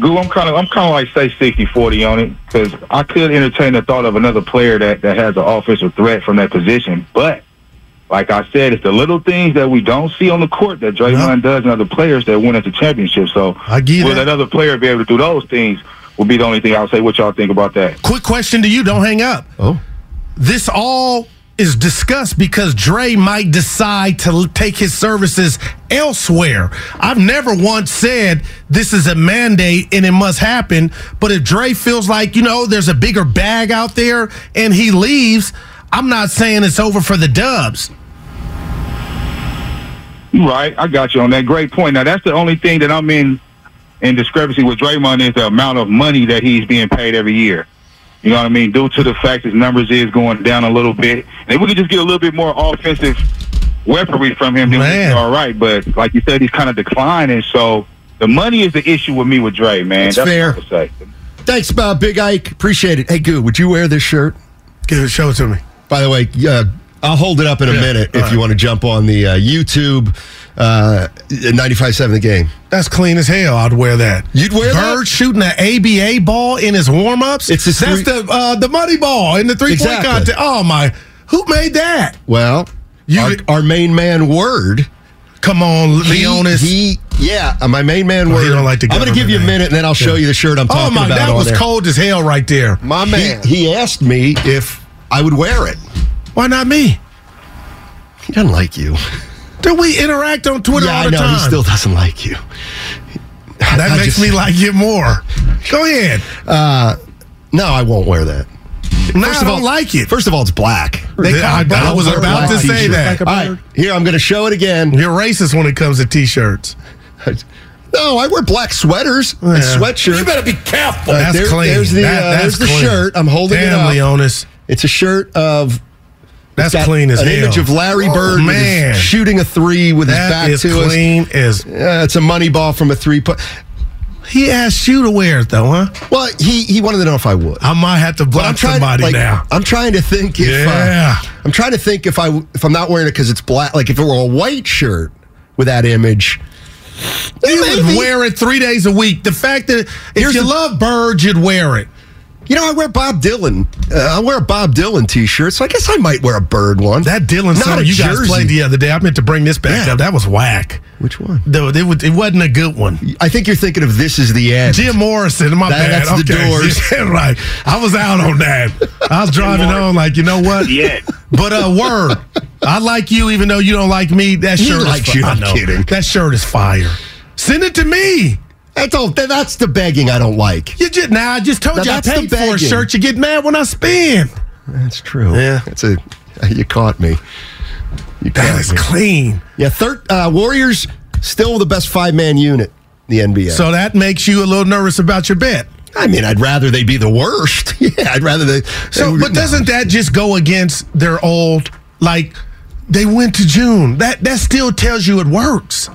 [SPEAKER 9] Goo, I'm kind of, I'm kind of like say 60-40 on it because I could entertain the thought of another player that that has an offensive threat from that position, but like I said, it's the little things that we don't see on the court that Draymond does and other players that win at the championship. So,
[SPEAKER 3] I get
[SPEAKER 9] will
[SPEAKER 3] it.
[SPEAKER 9] another player be able to do those things? Will be the only thing I'll say. What y'all think about that?
[SPEAKER 3] Quick question to you. Don't hang up.
[SPEAKER 2] Oh.
[SPEAKER 3] this all is discussed because Dre might decide to l- take his services elsewhere. I've never once said this is a mandate and it must happen, but if Dre feels like, you know, Oh, there's a bigger bag out there and he leaves, I'm not saying it's over for the dubs.
[SPEAKER 9] You Right, I got you on that. Great point. Now that's the only thing that I'm in in discrepancy with Draymond is the amount of money that he's being paid every year. You know what I mean? Due to the fact his numbers is going down a little bit, and if we could just get a little bit more offensive weaponry from him, then we'd
[SPEAKER 3] Man.
[SPEAKER 9] be all right. But like you said, he's kind of declining. So the money is the issue with me with Dre, man.
[SPEAKER 2] That's
[SPEAKER 9] what
[SPEAKER 2] fair.
[SPEAKER 9] I would say.
[SPEAKER 2] Thanks, uh, Big Ike. Appreciate it. Hey, Goo, would you wear this shirt?
[SPEAKER 3] Give it, show it to me.
[SPEAKER 2] By the way, uh, I'll hold it up in a minute if you want to jump on the uh, YouTube uh, 95.7 The Game.
[SPEAKER 3] That's clean as hell. I'd wear that.
[SPEAKER 2] You'd wear that?
[SPEAKER 3] Bird shooting an ABA ball in his warm ups.
[SPEAKER 2] It's his
[SPEAKER 3] that's
[SPEAKER 2] three-
[SPEAKER 3] the uh, the money ball in the three
[SPEAKER 2] Exactly.
[SPEAKER 3] point contest. Oh my! Who made that?
[SPEAKER 2] Well,
[SPEAKER 3] You-
[SPEAKER 2] our, our main man, Word.
[SPEAKER 3] Come on,
[SPEAKER 2] he-
[SPEAKER 3] Leonis.
[SPEAKER 2] He, yeah, uh, my main man,
[SPEAKER 3] Oh,
[SPEAKER 2] Word.
[SPEAKER 3] he don't like to
[SPEAKER 2] I'm
[SPEAKER 3] go
[SPEAKER 2] going
[SPEAKER 3] on
[SPEAKER 2] to give
[SPEAKER 3] the
[SPEAKER 2] you a
[SPEAKER 3] name.
[SPEAKER 2] minute, and then I'll show you the shirt I'm
[SPEAKER 3] Oh
[SPEAKER 2] talking
[SPEAKER 3] my,
[SPEAKER 2] about.
[SPEAKER 3] that
[SPEAKER 2] on
[SPEAKER 3] was
[SPEAKER 2] there.
[SPEAKER 3] cold as hell right there.
[SPEAKER 2] My man. He, he asked me if I would wear it.
[SPEAKER 3] Why not me?
[SPEAKER 2] He doesn't like you.
[SPEAKER 3] Do we interact on Twitter
[SPEAKER 2] yeah,
[SPEAKER 3] all
[SPEAKER 2] I
[SPEAKER 3] the
[SPEAKER 2] know.
[SPEAKER 3] time?
[SPEAKER 2] He still doesn't like you.
[SPEAKER 3] that
[SPEAKER 2] I
[SPEAKER 3] makes
[SPEAKER 2] just-
[SPEAKER 3] me like you more. Go ahead.
[SPEAKER 2] No, I won't wear that.
[SPEAKER 3] Now I
[SPEAKER 2] of
[SPEAKER 3] don't
[SPEAKER 2] all,
[SPEAKER 3] like it.
[SPEAKER 2] First of all, it's black.
[SPEAKER 3] They
[SPEAKER 2] call
[SPEAKER 3] I-
[SPEAKER 2] it black.
[SPEAKER 3] I was
[SPEAKER 2] Wear
[SPEAKER 3] about
[SPEAKER 2] black
[SPEAKER 3] to say
[SPEAKER 2] t-shirt.
[SPEAKER 3] that.
[SPEAKER 2] All right, here I'm going to show it again.
[SPEAKER 3] You're racist when it comes to t-shirts.
[SPEAKER 2] No, I wear black sweaters and
[SPEAKER 3] Yeah.
[SPEAKER 2] sweatshirts.
[SPEAKER 1] You better be careful.
[SPEAKER 2] All right,
[SPEAKER 3] That's
[SPEAKER 2] Uh, there-
[SPEAKER 3] clean.
[SPEAKER 2] There's the,
[SPEAKER 3] That-
[SPEAKER 2] uh,
[SPEAKER 3] that's
[SPEAKER 2] there's the
[SPEAKER 3] clean.
[SPEAKER 2] shirt. I'm holding
[SPEAKER 3] Damn,
[SPEAKER 2] it up.
[SPEAKER 3] Leonis.
[SPEAKER 2] It's a shirt of
[SPEAKER 3] That's
[SPEAKER 2] got
[SPEAKER 3] clean as
[SPEAKER 2] an
[SPEAKER 3] hell.
[SPEAKER 2] image of Larry
[SPEAKER 3] Oh,
[SPEAKER 2] Bird with his-
[SPEAKER 3] man.
[SPEAKER 2] shooting a three with his
[SPEAKER 3] That
[SPEAKER 2] back
[SPEAKER 3] is
[SPEAKER 2] to
[SPEAKER 3] clean as
[SPEAKER 2] us. Uh, it's a money ball from a three point.
[SPEAKER 3] he asked you to wear it though, huh?
[SPEAKER 2] Well, he he wanted to know if I would.
[SPEAKER 3] I might have to
[SPEAKER 2] But
[SPEAKER 3] block
[SPEAKER 2] I'm trying
[SPEAKER 3] somebody
[SPEAKER 2] to, like,
[SPEAKER 3] now.
[SPEAKER 2] I'm trying to think if uh,
[SPEAKER 3] Yeah.
[SPEAKER 2] I'm trying to think if I if I'm not wearing it because it's black. Like if it were a white shirt with that image,
[SPEAKER 3] You would
[SPEAKER 2] maybe.
[SPEAKER 3] wear it three days a week. The fact that if
[SPEAKER 2] Here's
[SPEAKER 3] you
[SPEAKER 2] the-
[SPEAKER 3] love birds, you'd wear it.
[SPEAKER 2] you know I wear Bob Dylan. Uh, I wear a Bob Dylan T-shirt, so I guess I might wear a bird one.
[SPEAKER 3] That Dylan
[SPEAKER 2] Not
[SPEAKER 3] song
[SPEAKER 2] a
[SPEAKER 3] you guys
[SPEAKER 2] jersey.
[SPEAKER 3] played the other day. I meant to bring this back
[SPEAKER 2] Yeah.
[SPEAKER 3] up. That was whack.
[SPEAKER 2] Which one?
[SPEAKER 3] Though it, was, it wasn't a good one.
[SPEAKER 2] I think you're thinking of this is the end.
[SPEAKER 3] Jim Morrison, my
[SPEAKER 2] That-
[SPEAKER 3] bad.
[SPEAKER 2] that's the
[SPEAKER 3] Okay.
[SPEAKER 2] Doors.
[SPEAKER 3] Yeah, right. I was out on that. I was driving home like, you know what?
[SPEAKER 8] Yeah.
[SPEAKER 3] But uh, word, I like you even though you don't like me. That
[SPEAKER 2] He
[SPEAKER 3] shirt is
[SPEAKER 2] likes
[SPEAKER 3] fi-
[SPEAKER 2] you,
[SPEAKER 3] I
[SPEAKER 2] I'm
[SPEAKER 3] know.
[SPEAKER 2] kidding.
[SPEAKER 3] That shirt is fire. Send it to me.
[SPEAKER 2] That's all. that- That's the begging I don't like.
[SPEAKER 3] You just now. I just told
[SPEAKER 2] Now
[SPEAKER 3] you I
[SPEAKER 2] that's the
[SPEAKER 3] paid for a
[SPEAKER 2] begging.
[SPEAKER 3] shirt. You get mad when I spend.
[SPEAKER 2] That's true. Yeah, that's a you caught me.
[SPEAKER 3] That is clean.
[SPEAKER 2] Yeah, third uh, Warriors still the best five man unit in the NBA.
[SPEAKER 3] So that makes you a little nervous about your bet.
[SPEAKER 2] I mean, I'd rather they be the worst. yeah, I'd rather they.
[SPEAKER 3] So, but doesn't that just go against their old like they went to June? That that still tells you it works.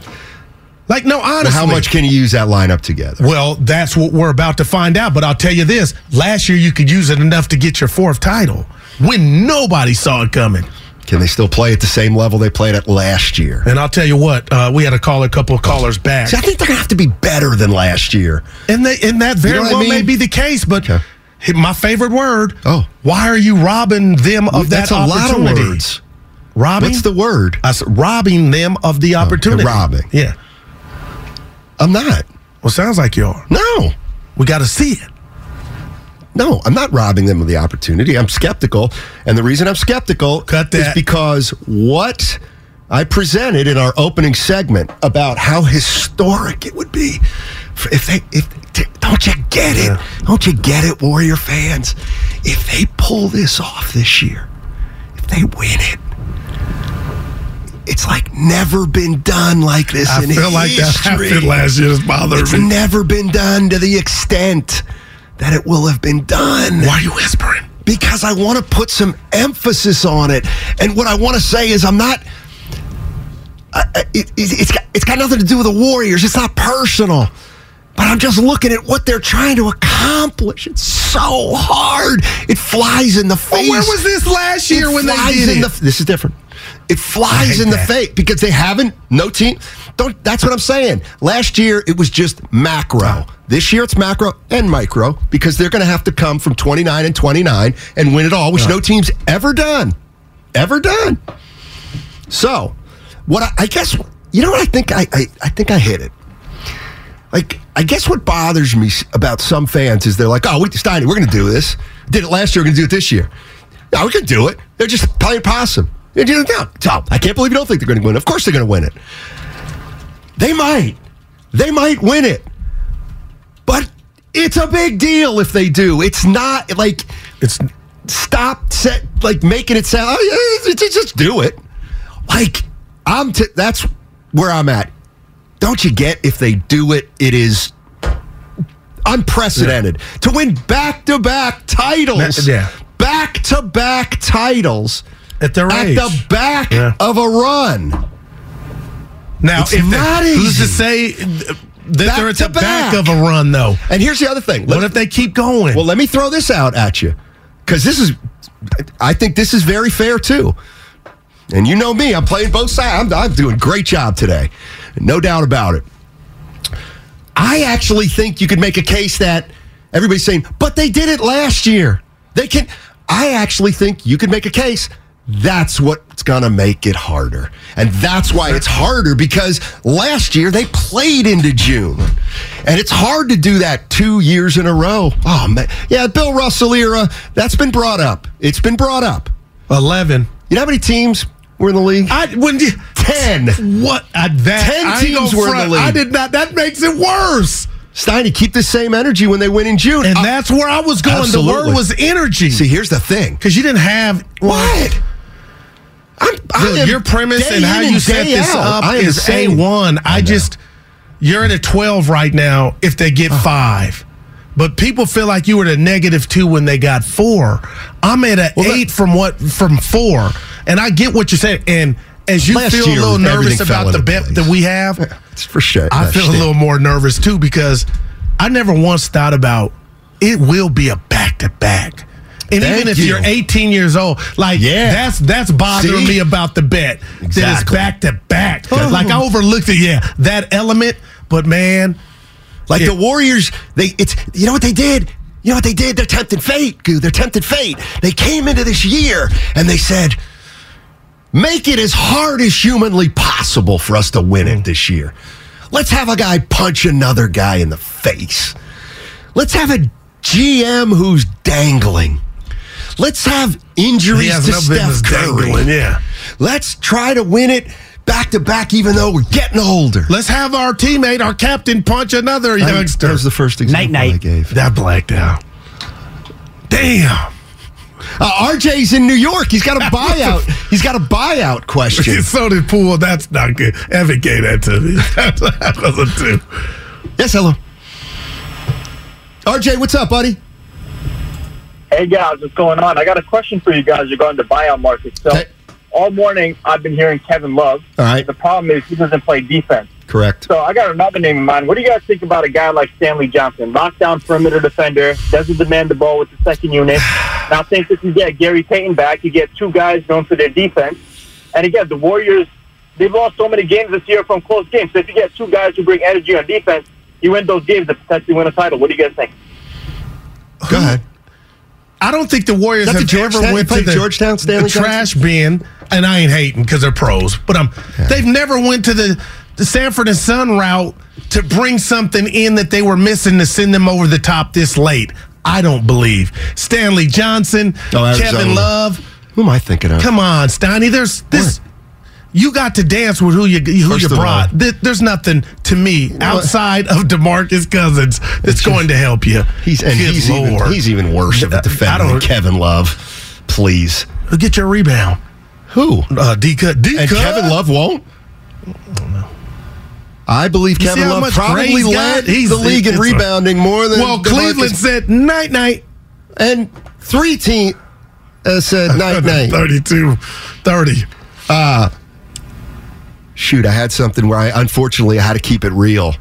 [SPEAKER 3] Like no, honestly,
[SPEAKER 2] Well, how much can you use that lineup together?
[SPEAKER 3] Well, that's what we're about to find out. But I'll tell you this: last year you could use it enough to get your fourth title when nobody saw it coming.
[SPEAKER 2] Can they still play at the same level they played at last year?
[SPEAKER 3] And I'll tell you what, uh, we had a caller, a couple of callers back,
[SPEAKER 2] See, I think they're gonna have to be better than last year.
[SPEAKER 3] and they and that very
[SPEAKER 2] You know what I
[SPEAKER 3] well may
[SPEAKER 2] mean?
[SPEAKER 3] be the case. But
[SPEAKER 2] Okay.
[SPEAKER 3] hit my favorite word:
[SPEAKER 2] Oh.
[SPEAKER 3] why are you robbing them of that
[SPEAKER 2] That's a lot of
[SPEAKER 3] opportunity?
[SPEAKER 2] words.
[SPEAKER 3] Robbing
[SPEAKER 2] What's the word?
[SPEAKER 3] us robbing them of the opportunity.
[SPEAKER 2] robbing.
[SPEAKER 3] Yeah.
[SPEAKER 2] I'm not.
[SPEAKER 3] Well, sounds like you are.
[SPEAKER 2] No,
[SPEAKER 3] We got to see it.
[SPEAKER 2] no, I'm not robbing them of the opportunity. I'm skeptical, and the reason I'm skeptical
[SPEAKER 3] Cut
[SPEAKER 2] is
[SPEAKER 3] that.
[SPEAKER 2] because what I presented in our opening segment about how historic it would be for- if they if t- don't you get it? Don't you get it, Warrior fans? If they pull this off this year, if they win it. It's like never been done like this
[SPEAKER 3] I
[SPEAKER 2] in
[SPEAKER 3] feel like that
[SPEAKER 2] history.
[SPEAKER 3] happened last year. It's bothering
[SPEAKER 2] It's
[SPEAKER 3] me.
[SPEAKER 2] never been done to the extent that it will have been done.
[SPEAKER 3] Why are you whispering?
[SPEAKER 2] Because I want to put some emphasis on it. And what I want to say is, I'm not. I I- it, it, it's, got, it's got nothing to do with the Warriors. It's not personal. But I'm just looking at what they're trying to accomplish. It's so hard. It flies in the face.
[SPEAKER 3] where was this last year
[SPEAKER 2] It
[SPEAKER 3] when they
[SPEAKER 2] flies
[SPEAKER 3] did
[SPEAKER 2] in
[SPEAKER 3] it?
[SPEAKER 2] the f- this is different. It flies
[SPEAKER 3] hate
[SPEAKER 2] in the
[SPEAKER 3] that.
[SPEAKER 2] face because they haven't. No team. Don't. That's what I'm saying. Last year it was just macro. This year it's macro and micro because they're going to have to come from 29 and 29 and win it all, which no team's ever done, ever done. So, what I, I guess you know what I think I, I I think I hit it. Like I guess what bothers me s- about some fans is they're like, "Oh, we Steiny, we're going to do this. Did it last year? We're going to do it this year. No, we can do it. They're just playing possum. They're doing it now. Tom, I can't believe you don't think they're going to win. Of course they're going to win it. They might. They might win it. But it's a big deal if they do. It's not like
[SPEAKER 3] It's
[SPEAKER 2] stop set, like making it sound. Oh, yeah, just, just do it. Like I'm. T- that's where I'm at. Don't you get if they do it, it is unprecedented to win back to back titles.
[SPEAKER 3] Ma- yeah.
[SPEAKER 2] Back to back titles
[SPEAKER 3] at their
[SPEAKER 2] at
[SPEAKER 3] age.
[SPEAKER 2] the back
[SPEAKER 3] Yeah.
[SPEAKER 2] of a run.
[SPEAKER 3] now,
[SPEAKER 2] it's
[SPEAKER 3] if
[SPEAKER 2] not
[SPEAKER 3] they, Who's
[SPEAKER 2] easy.
[SPEAKER 3] to say that they're at
[SPEAKER 2] to
[SPEAKER 3] the back.
[SPEAKER 2] back.
[SPEAKER 3] of a run, though?
[SPEAKER 2] And here's the other thing. Let
[SPEAKER 3] what
[SPEAKER 2] me-
[SPEAKER 3] if they keep going?
[SPEAKER 2] Well, let me throw this out at you because this is, I think this is very fair too. And you know me, I'm playing both sides. I'm, I'm doing a great job today, no doubt about it. I actually think you could make a case that everybody's saying, but they did it last year. They can. I actually think you could make a case. That's what's going to make it harder. And that's why it's harder because last year they played into June. And it's hard to do that two years in a row. Oh, man. Yeah, Bill Russell era, that's been brought up. It's been brought up.
[SPEAKER 3] 11.
[SPEAKER 2] You know how many teams were in the league?
[SPEAKER 3] I when you-
[SPEAKER 2] 10.
[SPEAKER 3] What I, that
[SPEAKER 2] 10
[SPEAKER 3] I ain't gonna
[SPEAKER 2] teams were in the
[SPEAKER 3] front.
[SPEAKER 2] league.
[SPEAKER 3] I did not. That makes it worse.
[SPEAKER 2] Steiny, keep the same energy when they win in June.
[SPEAKER 3] And
[SPEAKER 2] I-
[SPEAKER 3] that's where I was going. The
[SPEAKER 2] Absolutely.
[SPEAKER 3] word was energy.
[SPEAKER 2] See, here's the thing.
[SPEAKER 3] because you didn't have
[SPEAKER 2] What? I'm,
[SPEAKER 3] Look, your premise and how you set this up is a one. I, just you're at a twelve right now. If they
[SPEAKER 2] Uh-huh.
[SPEAKER 3] get five, but people feel like you were at a negative two when they got four. I'm at a
[SPEAKER 2] that-
[SPEAKER 3] eight from what from four, and I get what you're saying. And as you
[SPEAKER 2] Last
[SPEAKER 3] feel
[SPEAKER 2] year,
[SPEAKER 3] a little nervous
[SPEAKER 2] everything fell
[SPEAKER 3] about the
[SPEAKER 2] into
[SPEAKER 3] bet
[SPEAKER 2] place.
[SPEAKER 3] that we have,
[SPEAKER 2] It's for sure.
[SPEAKER 3] I feel a little more nervous too because I never once thought about it will be a back to back. And
[SPEAKER 2] Thank
[SPEAKER 3] even if
[SPEAKER 2] you.
[SPEAKER 3] you. are 18 years old, like
[SPEAKER 2] Yeah.
[SPEAKER 3] that's that's bothering
[SPEAKER 2] See?
[SPEAKER 3] me about the bet that it's
[SPEAKER 2] Exactly.
[SPEAKER 3] back to back. Oh. Like I overlooked it, yeah, that element. But man,
[SPEAKER 2] Like
[SPEAKER 3] Yeah.
[SPEAKER 2] the Warriors, they it's you know what they did? You know what they did? They're tempting fate, Goo. They're tempting fate. They came into this year and they said, make it as hard as humanly possible for us to win it this year. Let's have a guy punch another guy in the face. Let's have a GM who's dangling. Let's have
[SPEAKER 3] he
[SPEAKER 2] injuries
[SPEAKER 3] has
[SPEAKER 2] to
[SPEAKER 3] no business
[SPEAKER 2] Steph Curry.
[SPEAKER 3] dangling. Yeah,
[SPEAKER 2] Let's try to win it back to back, even though we're getting older.
[SPEAKER 3] let's have our teammate, our captain, punch another youngster.
[SPEAKER 2] That was the first example
[SPEAKER 10] Night, night.
[SPEAKER 2] I gave.
[SPEAKER 3] that blacked out. Damn.
[SPEAKER 2] Uh, RJ's in New York. He's got a buyout. He's got a buyout question.
[SPEAKER 3] so did Poole. That's not good. Evan gave that to me. that wasn't too.
[SPEAKER 2] Yes, hello. RJ, what's up, buddy?
[SPEAKER 10] Hey guys, what's going on? I got a question for you guys regarding the buyout market. So,
[SPEAKER 2] Okay.
[SPEAKER 10] all morning I've been hearing Kevin Love.
[SPEAKER 2] All right.
[SPEAKER 10] The problem is he doesn't play defense.
[SPEAKER 2] Correct.
[SPEAKER 10] So I got another name in mind. What do you guys think about a guy like Stanley Johnson, lockdown perimeter defender, doesn't demand the ball with the second unit? Now, I think if you get Gary Payton back, you get two guys known for their defense. And again, the Warriors, they've lost so many games this year from close games. So if you get two guys who bring energy on defense, you win those games and potentially win a title. What do you guys think?
[SPEAKER 2] Go ahead.
[SPEAKER 3] I don't think the Warriors
[SPEAKER 2] Not the
[SPEAKER 3] have
[SPEAKER 2] Georgetown-
[SPEAKER 3] ever
[SPEAKER 2] he
[SPEAKER 3] went to
[SPEAKER 2] played
[SPEAKER 3] the
[SPEAKER 2] Georgetown, Stanley
[SPEAKER 3] the trash bin, and I ain't hating because they're pros, but I'm. They've never went to the, the Sanford and Son route to bring something in that they were missing to send them over the top this late. I don't believe Stanley Johnson,
[SPEAKER 2] Oh, Arizona.
[SPEAKER 3] Kevin Love.
[SPEAKER 2] Who am I thinking of?
[SPEAKER 3] Come on, Steiny. There's this. You got to dance with who you who
[SPEAKER 2] First
[SPEAKER 3] you
[SPEAKER 2] of
[SPEAKER 3] brought.
[SPEAKER 2] all-
[SPEAKER 3] Th- There's nothing to me outside of Demarcus Cousins that's going to help you.
[SPEAKER 2] He's and
[SPEAKER 3] Good
[SPEAKER 2] he's even,
[SPEAKER 3] Lord.
[SPEAKER 2] he's even worse of a
[SPEAKER 3] I
[SPEAKER 2] defender than
[SPEAKER 3] don't-
[SPEAKER 2] Kevin Love. Please,
[SPEAKER 3] get your rebound.
[SPEAKER 2] who?
[SPEAKER 3] Uh, D cut. D
[SPEAKER 2] And
[SPEAKER 3] cut.
[SPEAKER 2] Kevin Love won't. I believe
[SPEAKER 3] You see
[SPEAKER 2] Kevin
[SPEAKER 3] how
[SPEAKER 2] Love
[SPEAKER 3] much Gray's
[SPEAKER 2] probably
[SPEAKER 3] got?
[SPEAKER 2] led
[SPEAKER 3] He's-
[SPEAKER 2] the league in
[SPEAKER 3] it's a-
[SPEAKER 2] rebounding more than
[SPEAKER 3] Well,
[SPEAKER 2] DeMarcus.
[SPEAKER 3] Cleveland said night night.
[SPEAKER 2] and three team uh, said night night.
[SPEAKER 3] 32 30.
[SPEAKER 2] Shoot, I had something where I unfortunately I had to keep it real,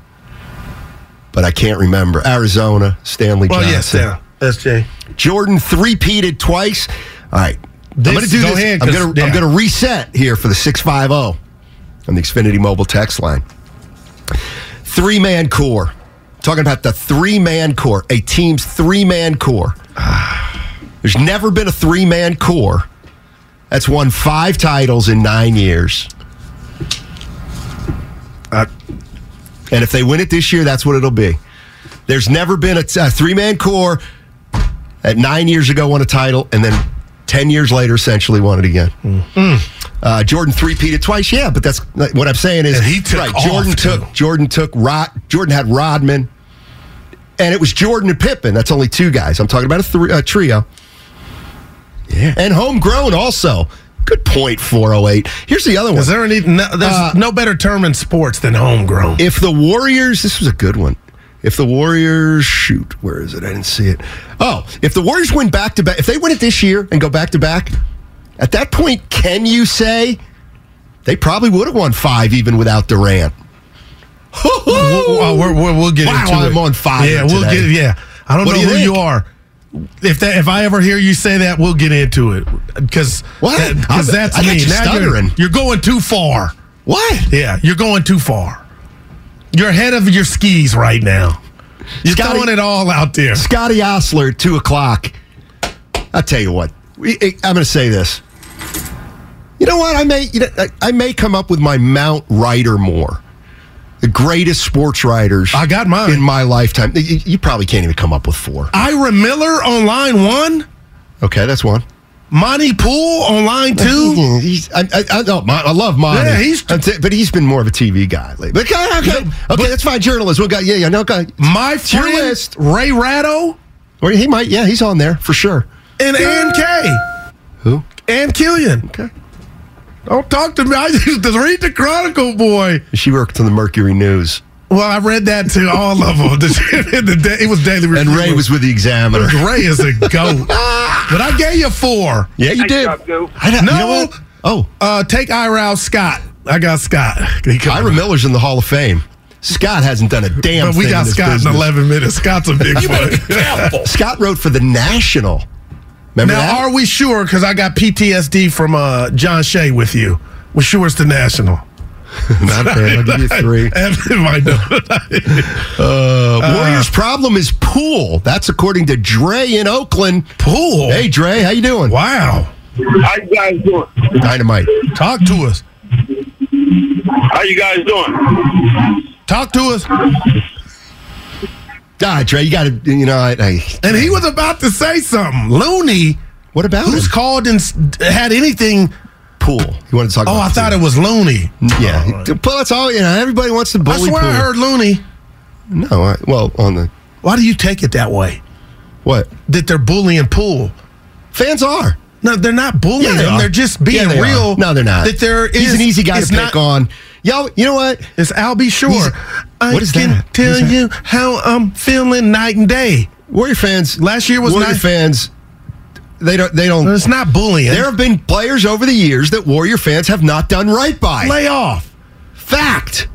[SPEAKER 2] but I can't remember. Arizona, Stanley
[SPEAKER 3] Well,
[SPEAKER 2] Johnson,
[SPEAKER 3] yes, yeah. SJ.
[SPEAKER 2] Jordan three-peated twice. All right, I'm going to
[SPEAKER 3] This-
[SPEAKER 2] do
[SPEAKER 3] go
[SPEAKER 2] this.
[SPEAKER 3] ahead,
[SPEAKER 2] I'm
[SPEAKER 3] 'cause-
[SPEAKER 2] going to
[SPEAKER 3] yeah.
[SPEAKER 2] I'm going to reset here for the six five zero on the Xfinity Mobile text line. Three man core. Talking about the three man core, a team's three man core.
[SPEAKER 3] Ah.
[SPEAKER 2] There's never been a three man core that's won five titles in nine years. Uh, and if they win it this year, that's what it'll be. There's never been a, three man core at nine years ago won a title and then 10 years later essentially won it again.
[SPEAKER 3] Hmm.
[SPEAKER 2] Uh, Jordan three-peated twice, yeah, but that's what I'm saying is
[SPEAKER 3] And he took
[SPEAKER 2] right.
[SPEAKER 3] off,
[SPEAKER 2] Jordan
[SPEAKER 3] too.
[SPEAKER 2] took Jordan took Rod, Jordan had Rodman, and it was Jordan and Pippen. That's only two guys. I'm talking about a, three, a trio. Yeah, and homegrown also. Good point, 408. Here's the other one.
[SPEAKER 3] Is there any? No, there's
[SPEAKER 2] Uh,
[SPEAKER 3] no better term in sports than homegrown.
[SPEAKER 2] If the Warriors, this was a good one. If the Warriors, shoot, where is it? I didn't see it. Oh, if the Warriors win back to back, if they win it this year and go back to back, at that point, can you say they probably would have won five even without Durant?
[SPEAKER 3] We'll, uh, we're, we're, we'll get
[SPEAKER 2] Wow,
[SPEAKER 3] into
[SPEAKER 2] I'm
[SPEAKER 3] it.
[SPEAKER 2] on fire
[SPEAKER 3] Yeah, we'll
[SPEAKER 2] today.
[SPEAKER 3] get. Yeah, I don't
[SPEAKER 2] What
[SPEAKER 3] know
[SPEAKER 2] do you
[SPEAKER 3] who you
[SPEAKER 2] think?
[SPEAKER 3] are. If that, if I ever hear you say that, we'll get into it. Because
[SPEAKER 2] What? I'm-
[SPEAKER 3] Because that's
[SPEAKER 2] I got
[SPEAKER 3] me.
[SPEAKER 2] you
[SPEAKER 3] now
[SPEAKER 2] stuttering.
[SPEAKER 3] you're, you're going too far.
[SPEAKER 2] What?
[SPEAKER 3] Yeah, you're going too far. You're ahead of your skis right now. You're
[SPEAKER 2] Scotty-
[SPEAKER 3] throwing it all out there.
[SPEAKER 2] Scotty Osler, two o'clock. I'll tell you what. We- I- I'm going to say this. You know what? I may you know, I- I may come up with my Mount Writer more. The greatest sports writers
[SPEAKER 3] I got mine.
[SPEAKER 2] in my lifetime. You, you probably can't even come up with four.
[SPEAKER 3] Ira Miller on line one.
[SPEAKER 2] Okay, that's one.
[SPEAKER 3] Monty Pool on line two.
[SPEAKER 2] Yeah, he's- I, I, I, no, Mon- I love Monty.
[SPEAKER 3] Yeah, he's-
[SPEAKER 2] I'm t- but he's been more of a TV guy lately. But okay, okay, okay, that's fine. Journalist, we got yeah, yeah, no, okay.
[SPEAKER 3] My
[SPEAKER 2] your
[SPEAKER 3] friend
[SPEAKER 2] list.
[SPEAKER 3] Ray Ratto
[SPEAKER 2] Or he might, yeah, he's on there for sure.
[SPEAKER 3] and Ann Kay.
[SPEAKER 2] Who?
[SPEAKER 3] Ann Killian.
[SPEAKER 2] Okay,
[SPEAKER 3] Don't talk to me. I used to read the Chronicle, boy.
[SPEAKER 2] she worked on the Mercury News,
[SPEAKER 3] Well, I read that to all of them. The- the da- it was daily.
[SPEAKER 2] and
[SPEAKER 3] Review.
[SPEAKER 2] Ray was with the Examiner.
[SPEAKER 3] Ray is a goat. but I gave you four.
[SPEAKER 2] Yeah, you did. I don't,
[SPEAKER 3] No.
[SPEAKER 2] you know what? Oh,
[SPEAKER 3] Uh, take Irow Scott. I got Scott. He couldn't-
[SPEAKER 2] Ira Miller's in the Hall of Fame. Scott hasn't done a damn
[SPEAKER 3] But
[SPEAKER 2] thing.
[SPEAKER 3] we got
[SPEAKER 2] in this
[SPEAKER 3] Scott
[SPEAKER 2] business.
[SPEAKER 3] in eleven minutes. Scott's a big one.
[SPEAKER 2] Scott wrote for the National. Remember
[SPEAKER 3] now,
[SPEAKER 2] that?
[SPEAKER 3] are we sure? Because I got PTSD from uh, John Shea with you. We're sure it's the national.
[SPEAKER 2] Not bad. I'll give you three.
[SPEAKER 3] Evan might know.
[SPEAKER 2] Uh, Warriors' problem is pool. That's according to Dre in Oakland.
[SPEAKER 3] Pool.
[SPEAKER 2] Hey, Dre, how you doing?
[SPEAKER 3] Wow.
[SPEAKER 10] How you guys doing?
[SPEAKER 2] Dynamite.
[SPEAKER 3] Talk to us.
[SPEAKER 10] How you guys doing?
[SPEAKER 3] Talk to us.
[SPEAKER 2] Ah, Dre, you got to, you know, I, I,
[SPEAKER 3] And he was about to say something. Looney,
[SPEAKER 2] what about
[SPEAKER 3] who's
[SPEAKER 2] him?
[SPEAKER 3] called and s- had anything?
[SPEAKER 2] pool? You want to talk
[SPEAKER 3] Oh,
[SPEAKER 2] about
[SPEAKER 3] I thought
[SPEAKER 2] pool.
[SPEAKER 3] it was Looney.
[SPEAKER 2] Yeah. Well, that's all, you know, everybody wants to
[SPEAKER 3] I
[SPEAKER 2] bully
[SPEAKER 3] swear
[SPEAKER 2] pool.
[SPEAKER 3] I heard Looney.
[SPEAKER 2] No, I, well, on the,
[SPEAKER 3] Why do you take it that way?
[SPEAKER 2] what?
[SPEAKER 3] That they're bullying Poole?
[SPEAKER 2] Fans are.
[SPEAKER 3] No, they're not bullying
[SPEAKER 2] they
[SPEAKER 3] him.
[SPEAKER 2] are.
[SPEAKER 3] They're just being
[SPEAKER 2] Yeah, they are.
[SPEAKER 3] real.
[SPEAKER 2] No, they're not.
[SPEAKER 3] That there
[SPEAKER 2] He's
[SPEAKER 3] is-
[SPEAKER 2] an easy guy to
[SPEAKER 3] it's
[SPEAKER 2] pick
[SPEAKER 3] not-
[SPEAKER 2] on. Yo, you know what?
[SPEAKER 3] It's Albie Shore.
[SPEAKER 2] He's-
[SPEAKER 3] I
[SPEAKER 2] What is
[SPEAKER 3] can
[SPEAKER 2] that?
[SPEAKER 3] tell
[SPEAKER 2] What is that?
[SPEAKER 3] you how I'm feeling night and day.
[SPEAKER 2] Warrior fans
[SPEAKER 3] Last year was
[SPEAKER 2] Warrior
[SPEAKER 3] nice.
[SPEAKER 2] fans. They don't. They
[SPEAKER 3] But
[SPEAKER 2] don't.
[SPEAKER 3] It's not bullying.
[SPEAKER 2] There have been players over the years that Warrior fans have not done right by.
[SPEAKER 3] lay off.
[SPEAKER 2] Fact.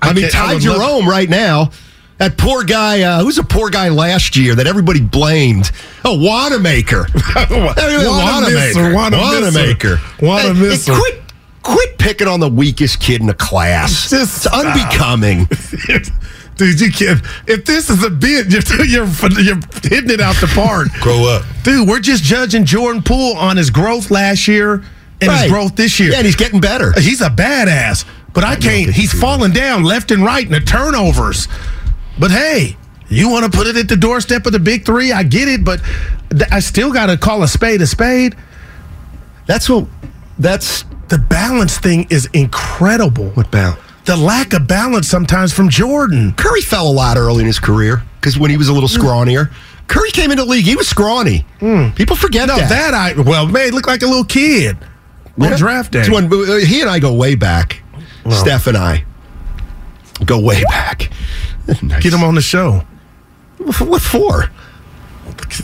[SPEAKER 2] I, mean,
[SPEAKER 3] can't- I
[SPEAKER 2] Ty
[SPEAKER 3] would love-
[SPEAKER 2] Jerome right now. That poor guy, uh, who's a poor guy last year that everybody blamed? Oh, Wanamaker. Wanamaker.
[SPEAKER 3] Wanamaker,
[SPEAKER 2] Wanamaker.
[SPEAKER 3] Wanamaker.
[SPEAKER 2] Hey, hey, Quit, quit picking on the weakest kid in the class.
[SPEAKER 3] Just
[SPEAKER 2] it's unbecoming.
[SPEAKER 3] Dude, you can't. If this is a bit, you're you're, you're hitting it out the park.
[SPEAKER 11] Grow up.
[SPEAKER 3] Dude, we're just judging Jordan Poole on his growth last year and
[SPEAKER 2] Right.
[SPEAKER 3] his growth this year.
[SPEAKER 2] Yeah, and he's getting better.
[SPEAKER 3] He's a badass, but I can't. He's falling down left and right in the turnovers. But hey, you want to put it at the doorstep of the big three? I get it, but th- I still got to call a spade a spade.
[SPEAKER 2] That's what. That's
[SPEAKER 3] The balance thing is incredible.
[SPEAKER 2] what about
[SPEAKER 3] The lack of balance sometimes from Jordan.
[SPEAKER 2] Curry fell a lot early in his career because when he was a little
[SPEAKER 3] Mm.
[SPEAKER 2] scrawnier, Curry came into the league. He was scrawny. People forget
[SPEAKER 3] No,
[SPEAKER 2] that.
[SPEAKER 3] that I well, man, he looked like a little kid on
[SPEAKER 2] Yeah.
[SPEAKER 3] draft day.
[SPEAKER 2] It's when- uh, he and I go way back. Steph and I go way back. Nice.
[SPEAKER 3] Get him on the show.
[SPEAKER 2] What for?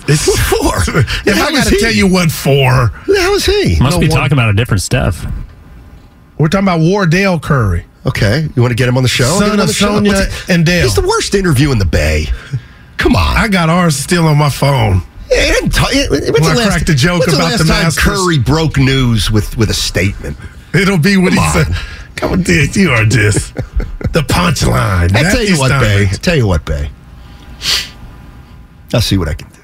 [SPEAKER 3] It's,
[SPEAKER 2] What for?
[SPEAKER 3] if I got to tell you what for,
[SPEAKER 2] who the hell is he?
[SPEAKER 8] Must
[SPEAKER 3] No
[SPEAKER 8] be
[SPEAKER 3] one-
[SPEAKER 8] talking about a different Steph.
[SPEAKER 3] we're talking about Wardell Curry.
[SPEAKER 2] Okay, you want to get him on the show?
[SPEAKER 3] Son
[SPEAKER 2] Get him on
[SPEAKER 3] of
[SPEAKER 2] the show.
[SPEAKER 3] Sonya
[SPEAKER 2] What's he-
[SPEAKER 3] and Dale.
[SPEAKER 2] He's the worst interview in the Bay. Come on.
[SPEAKER 3] I got ours still on my phone.
[SPEAKER 2] It didn't ta- it- when's
[SPEAKER 3] Well, I cracked a joke
[SPEAKER 2] when's
[SPEAKER 3] about
[SPEAKER 2] the last
[SPEAKER 3] the
[SPEAKER 2] time
[SPEAKER 3] Masters.
[SPEAKER 2] Curry broke news with with a statement?
[SPEAKER 3] It'll be what
[SPEAKER 2] Come
[SPEAKER 3] he
[SPEAKER 2] on.
[SPEAKER 3] said. Come on, dude, you are just the punchline.
[SPEAKER 2] I
[SPEAKER 3] That
[SPEAKER 2] tell you
[SPEAKER 3] is
[SPEAKER 2] what,
[SPEAKER 3] not-
[SPEAKER 2] Bay. I tell you what, Bay. I'll see what I can do.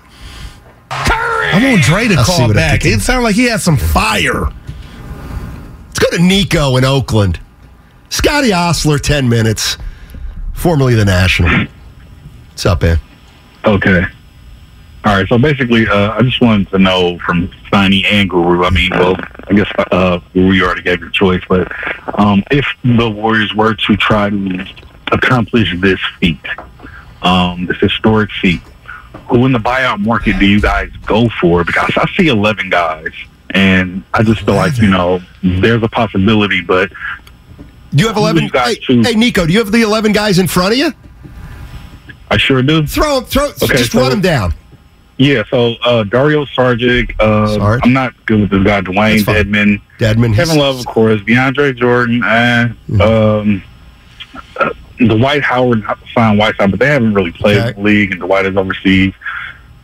[SPEAKER 3] I want Dre to
[SPEAKER 2] I'll see
[SPEAKER 3] call
[SPEAKER 2] what I
[SPEAKER 3] back.
[SPEAKER 2] can do.
[SPEAKER 3] It sounded like he had some fire.
[SPEAKER 2] Let's go to Nico in Oakland. Scotty Osler, 10 minutes, formerly the National. What's up, man?
[SPEAKER 12] Okay. All right. So basically, uh, I just wanted to know from Steiny and Guru. I mean, well, I guess uh, Guru already gave your choice, but um, if the Warriors were to try to accomplish this feat, um, this historic feat, who in the buyout market do you guys go for? Because I see 11 guys, and I just feel like, you know, there's a possibility, but
[SPEAKER 2] Do you have
[SPEAKER 12] Who
[SPEAKER 2] 11?
[SPEAKER 12] you got
[SPEAKER 2] Hey,
[SPEAKER 12] to-
[SPEAKER 2] hey, Nico, do you have the 11 guys in front of you?
[SPEAKER 12] I sure do.
[SPEAKER 2] Throw them, throw,
[SPEAKER 12] Okay,
[SPEAKER 2] just
[SPEAKER 12] so-
[SPEAKER 2] run them down.
[SPEAKER 12] Yeah, so uh, Dario Sargic, uh,
[SPEAKER 2] Sarge?
[SPEAKER 12] I'm not good with this guy,
[SPEAKER 2] That's
[SPEAKER 12] Dwayne
[SPEAKER 2] fine.
[SPEAKER 12] Edmond.
[SPEAKER 2] Deadman.
[SPEAKER 12] Kevin Love, of course. DeAndre Jordan. Eh,
[SPEAKER 2] Mm-hmm.
[SPEAKER 12] um, uh, Dwight Howard signed Whiteside, but they haven't really played
[SPEAKER 2] Okay.
[SPEAKER 12] in the league, and Dwight is overseas.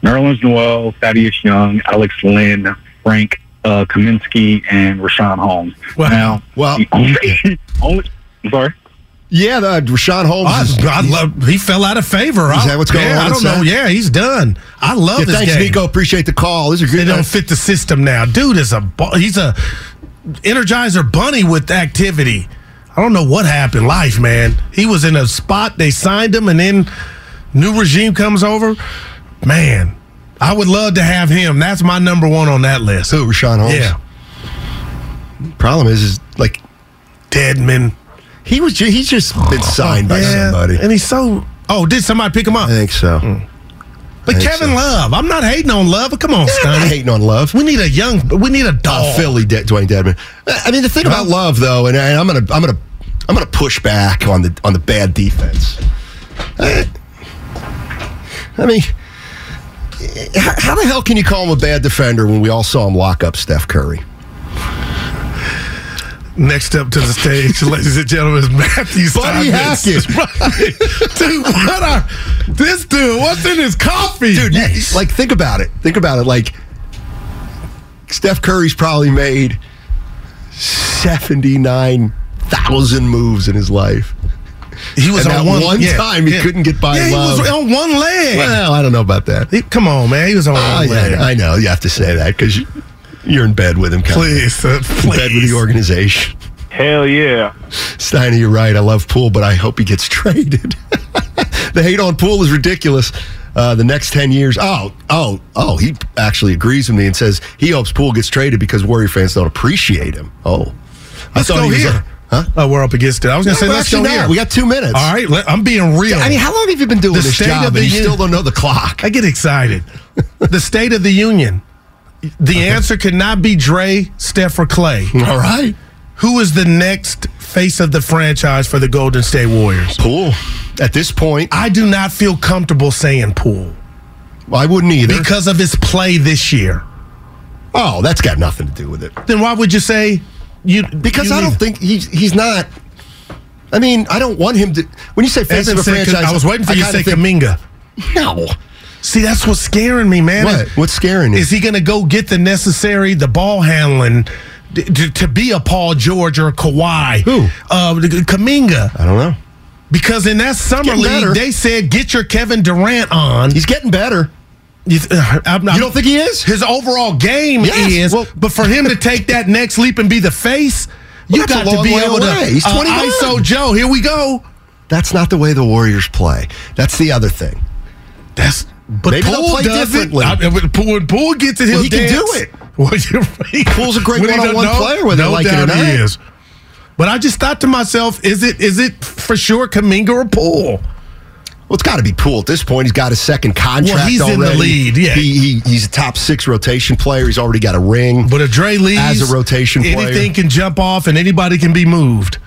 [SPEAKER 12] Nerlens Noel, Thaddeus Young, Alex Lynn, Frank uh, Kaminsky, and Rashawn Holmes.
[SPEAKER 3] Wow.
[SPEAKER 12] Now,
[SPEAKER 2] Well,
[SPEAKER 12] the only, only, I'm sorry.
[SPEAKER 2] yeah, the, Rashawn Holmes.
[SPEAKER 3] I,
[SPEAKER 2] is-
[SPEAKER 3] I love. He fell out of favor.
[SPEAKER 2] Is
[SPEAKER 3] I-
[SPEAKER 2] that what's going
[SPEAKER 3] yeah,
[SPEAKER 2] on
[SPEAKER 3] I don't know.
[SPEAKER 2] inside?
[SPEAKER 3] Yeah, he's done. I love
[SPEAKER 2] yeah,
[SPEAKER 3] this
[SPEAKER 2] thanks,
[SPEAKER 3] game.
[SPEAKER 2] Nico. Appreciate the call. These are
[SPEAKER 3] They
[SPEAKER 2] good.
[SPEAKER 3] don't fit the system now. Dude is a bu- he's a energizer bunny with activity. I don't know what happened. Life, man. He was in a spot. They signed him, and then new regime comes over. Man, I would love to have him. That's my number one on that list.
[SPEAKER 2] Who, Rashawn Holmes?
[SPEAKER 3] Yeah,
[SPEAKER 2] Problem is, is like
[SPEAKER 3] Deadman.
[SPEAKER 2] he was. ju- He's just been signed by
[SPEAKER 3] Yeah,
[SPEAKER 2] somebody.
[SPEAKER 3] and Mm. he's so. Oh, did somebody pick him
[SPEAKER 2] I
[SPEAKER 3] up?
[SPEAKER 2] think so.
[SPEAKER 3] But
[SPEAKER 2] I think
[SPEAKER 3] Kevin
[SPEAKER 2] so.
[SPEAKER 3] Love, I'm not hating on Love. Come on,
[SPEAKER 2] Yeah, I'm not
[SPEAKER 3] Stunny.
[SPEAKER 2] hating on Love.
[SPEAKER 3] We need a young. We need a
[SPEAKER 2] Oh,
[SPEAKER 3] dog.
[SPEAKER 2] Philly, De- Dwayne Dedman. I I mean, the thing about Love, though, and, and I'm gonna, I'm gonna, I'm gonna push back on the on the bad defense. Eh, I, mean, eh, how how the hell can you call him a bad defender when we all saw him lock up Steph Curry?
[SPEAKER 3] Next up to the stage, ladies and gentlemen, is Matthew
[SPEAKER 2] Buddy
[SPEAKER 3] Stockton.
[SPEAKER 2] Hackett.
[SPEAKER 3] Right. Dude, what are this dude? What's in his coffee?
[SPEAKER 2] Dude, you- like think about it. Think about it. Like Steph Curry's probably made seventy nine thousand moves in his life.
[SPEAKER 3] he was
[SPEAKER 2] and
[SPEAKER 3] on
[SPEAKER 2] that
[SPEAKER 3] one,
[SPEAKER 2] one
[SPEAKER 3] yeah,
[SPEAKER 2] time he
[SPEAKER 3] yeah.
[SPEAKER 2] couldn't get by
[SPEAKER 3] Yeah,
[SPEAKER 2] Love.
[SPEAKER 3] he was on one leg.
[SPEAKER 2] well, I don't know about that.
[SPEAKER 3] He- come on, man. He was on one
[SPEAKER 2] Oh,
[SPEAKER 3] leg.
[SPEAKER 2] yeah, I know. You have to say that because you're in bed with him. kinda.
[SPEAKER 3] please, uh,
[SPEAKER 2] In bed with
[SPEAKER 3] please.
[SPEAKER 2] the organization.
[SPEAKER 13] Hell yeah.
[SPEAKER 2] Steiner, you're right. I love Poole, but I hope he gets traded. the hate on Poole is ridiculous. Uh, the next 10 years. Oh, oh, oh, he actually agrees with me and says he hopes Poole gets traded because Warrior fans don't appreciate him. Oh. I
[SPEAKER 3] Let's
[SPEAKER 2] thought
[SPEAKER 3] go
[SPEAKER 2] he was
[SPEAKER 3] here.
[SPEAKER 2] a- huh?
[SPEAKER 3] Oh, we're up against it. I was gonna say,
[SPEAKER 2] No,
[SPEAKER 3] let's
[SPEAKER 2] actually
[SPEAKER 3] go
[SPEAKER 2] not.
[SPEAKER 3] here.
[SPEAKER 2] We got two minutes.
[SPEAKER 3] All right, let, I'm being real.
[SPEAKER 2] I mean, how long have you been doing
[SPEAKER 3] The
[SPEAKER 2] this
[SPEAKER 3] state
[SPEAKER 2] job
[SPEAKER 3] of
[SPEAKER 2] and
[SPEAKER 3] the
[SPEAKER 2] you
[SPEAKER 3] union-
[SPEAKER 2] still don't know the clock?
[SPEAKER 3] I get excited. the State of the Union. The answer could not be Dre, Steph, or Clay.
[SPEAKER 2] All right.
[SPEAKER 3] Who is the next face of the franchise for the Golden State Warriors?
[SPEAKER 2] Pool. At this point,
[SPEAKER 3] I do not feel comfortable saying Poole
[SPEAKER 2] I wouldn't either.
[SPEAKER 3] because of his play this year.
[SPEAKER 2] oh, that's got nothing to do with it.
[SPEAKER 3] Then why would you say you?
[SPEAKER 2] Because
[SPEAKER 3] you
[SPEAKER 2] I don't
[SPEAKER 3] leave-
[SPEAKER 2] think he's he's not. I mean, I don't want him to. When you say face of
[SPEAKER 3] Evan
[SPEAKER 2] a
[SPEAKER 3] said,
[SPEAKER 2] franchise,
[SPEAKER 3] I was waiting for you to
[SPEAKER 2] kinda
[SPEAKER 3] say
[SPEAKER 2] think,
[SPEAKER 3] Kaminga.
[SPEAKER 2] No.
[SPEAKER 3] See, that's what's scaring me, man.
[SPEAKER 2] What? What's scaring you?
[SPEAKER 3] Is he going to go get the necessary, the ball handling d- d- to be a Paul George or a Kawhi?
[SPEAKER 2] Who?
[SPEAKER 3] Uh, Kaminga.
[SPEAKER 2] I don't know.
[SPEAKER 3] Because in that summer
[SPEAKER 2] getting
[SPEAKER 3] league,
[SPEAKER 2] better.
[SPEAKER 3] they said get your Kevin Durant on.
[SPEAKER 2] He's getting better.
[SPEAKER 3] You th- I'm not-
[SPEAKER 2] You don't think he is?
[SPEAKER 3] His overall game
[SPEAKER 2] Yes,
[SPEAKER 3] is,
[SPEAKER 2] well-
[SPEAKER 3] but for him to take that next leap and be the face, you
[SPEAKER 2] that's a
[SPEAKER 3] got to
[SPEAKER 2] long
[SPEAKER 3] be
[SPEAKER 2] way
[SPEAKER 3] able
[SPEAKER 2] away.
[SPEAKER 3] to. uh,
[SPEAKER 2] He's 21.
[SPEAKER 3] ISO Joe, here we go.
[SPEAKER 2] That's not the way the Warriors play. That's the other thing.
[SPEAKER 3] That's but
[SPEAKER 2] Maybe they'll
[SPEAKER 3] Poole
[SPEAKER 2] play
[SPEAKER 3] does it.
[SPEAKER 2] differently.
[SPEAKER 3] I, mean, when Poole, when Poole gets it, he'll
[SPEAKER 2] Well, he can
[SPEAKER 3] dance.
[SPEAKER 2] do it.
[SPEAKER 3] Well, you
[SPEAKER 2] Poole's a great
[SPEAKER 3] When he
[SPEAKER 2] one-on-one
[SPEAKER 3] doesn't know,
[SPEAKER 2] player, whether
[SPEAKER 3] no
[SPEAKER 2] you like it or
[SPEAKER 3] doubt He
[SPEAKER 2] not.
[SPEAKER 3] is. But I just thought to myself, is it is it for sure Kaminga or Poole?
[SPEAKER 2] Well, it's got to be Poole at this point. He's got his second contract
[SPEAKER 3] Well, he's in the
[SPEAKER 2] already.
[SPEAKER 3] lead, yeah.
[SPEAKER 2] He, he, he's a top six rotation player. He's already got a ring.
[SPEAKER 3] But if Dre leaves
[SPEAKER 2] As a rotation player.
[SPEAKER 3] anything can jump off and anybody can be moved.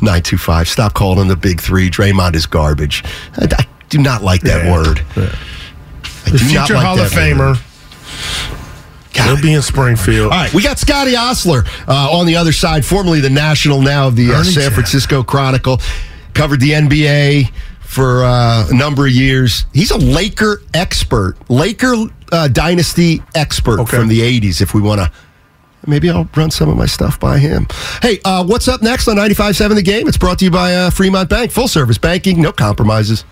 [SPEAKER 2] 925, stop calling him the big three. Draymond is garbage. I, I do not like that
[SPEAKER 3] Yeah.
[SPEAKER 2] word. I do not
[SPEAKER 3] Future
[SPEAKER 2] like
[SPEAKER 3] Hall of
[SPEAKER 2] that word.
[SPEAKER 3] Famer. He'll be in Springfield.
[SPEAKER 2] All right, we got Scotty Osler uh, on the other side, formerly the National, now of the uh,
[SPEAKER 3] Ernie
[SPEAKER 2] San
[SPEAKER 3] Jack.
[SPEAKER 2] Francisco Chronicle. Covered the NBA for uh, a number of years. He's a Laker expert, Laker uh, dynasty expert
[SPEAKER 3] Okay.
[SPEAKER 2] from the '80s. If we want to, maybe I'll run some of my stuff by him. Hey, uh, what's up next on 95.7 The Game? It's brought to you by uh, Fremont Bank, full service banking, no compromises.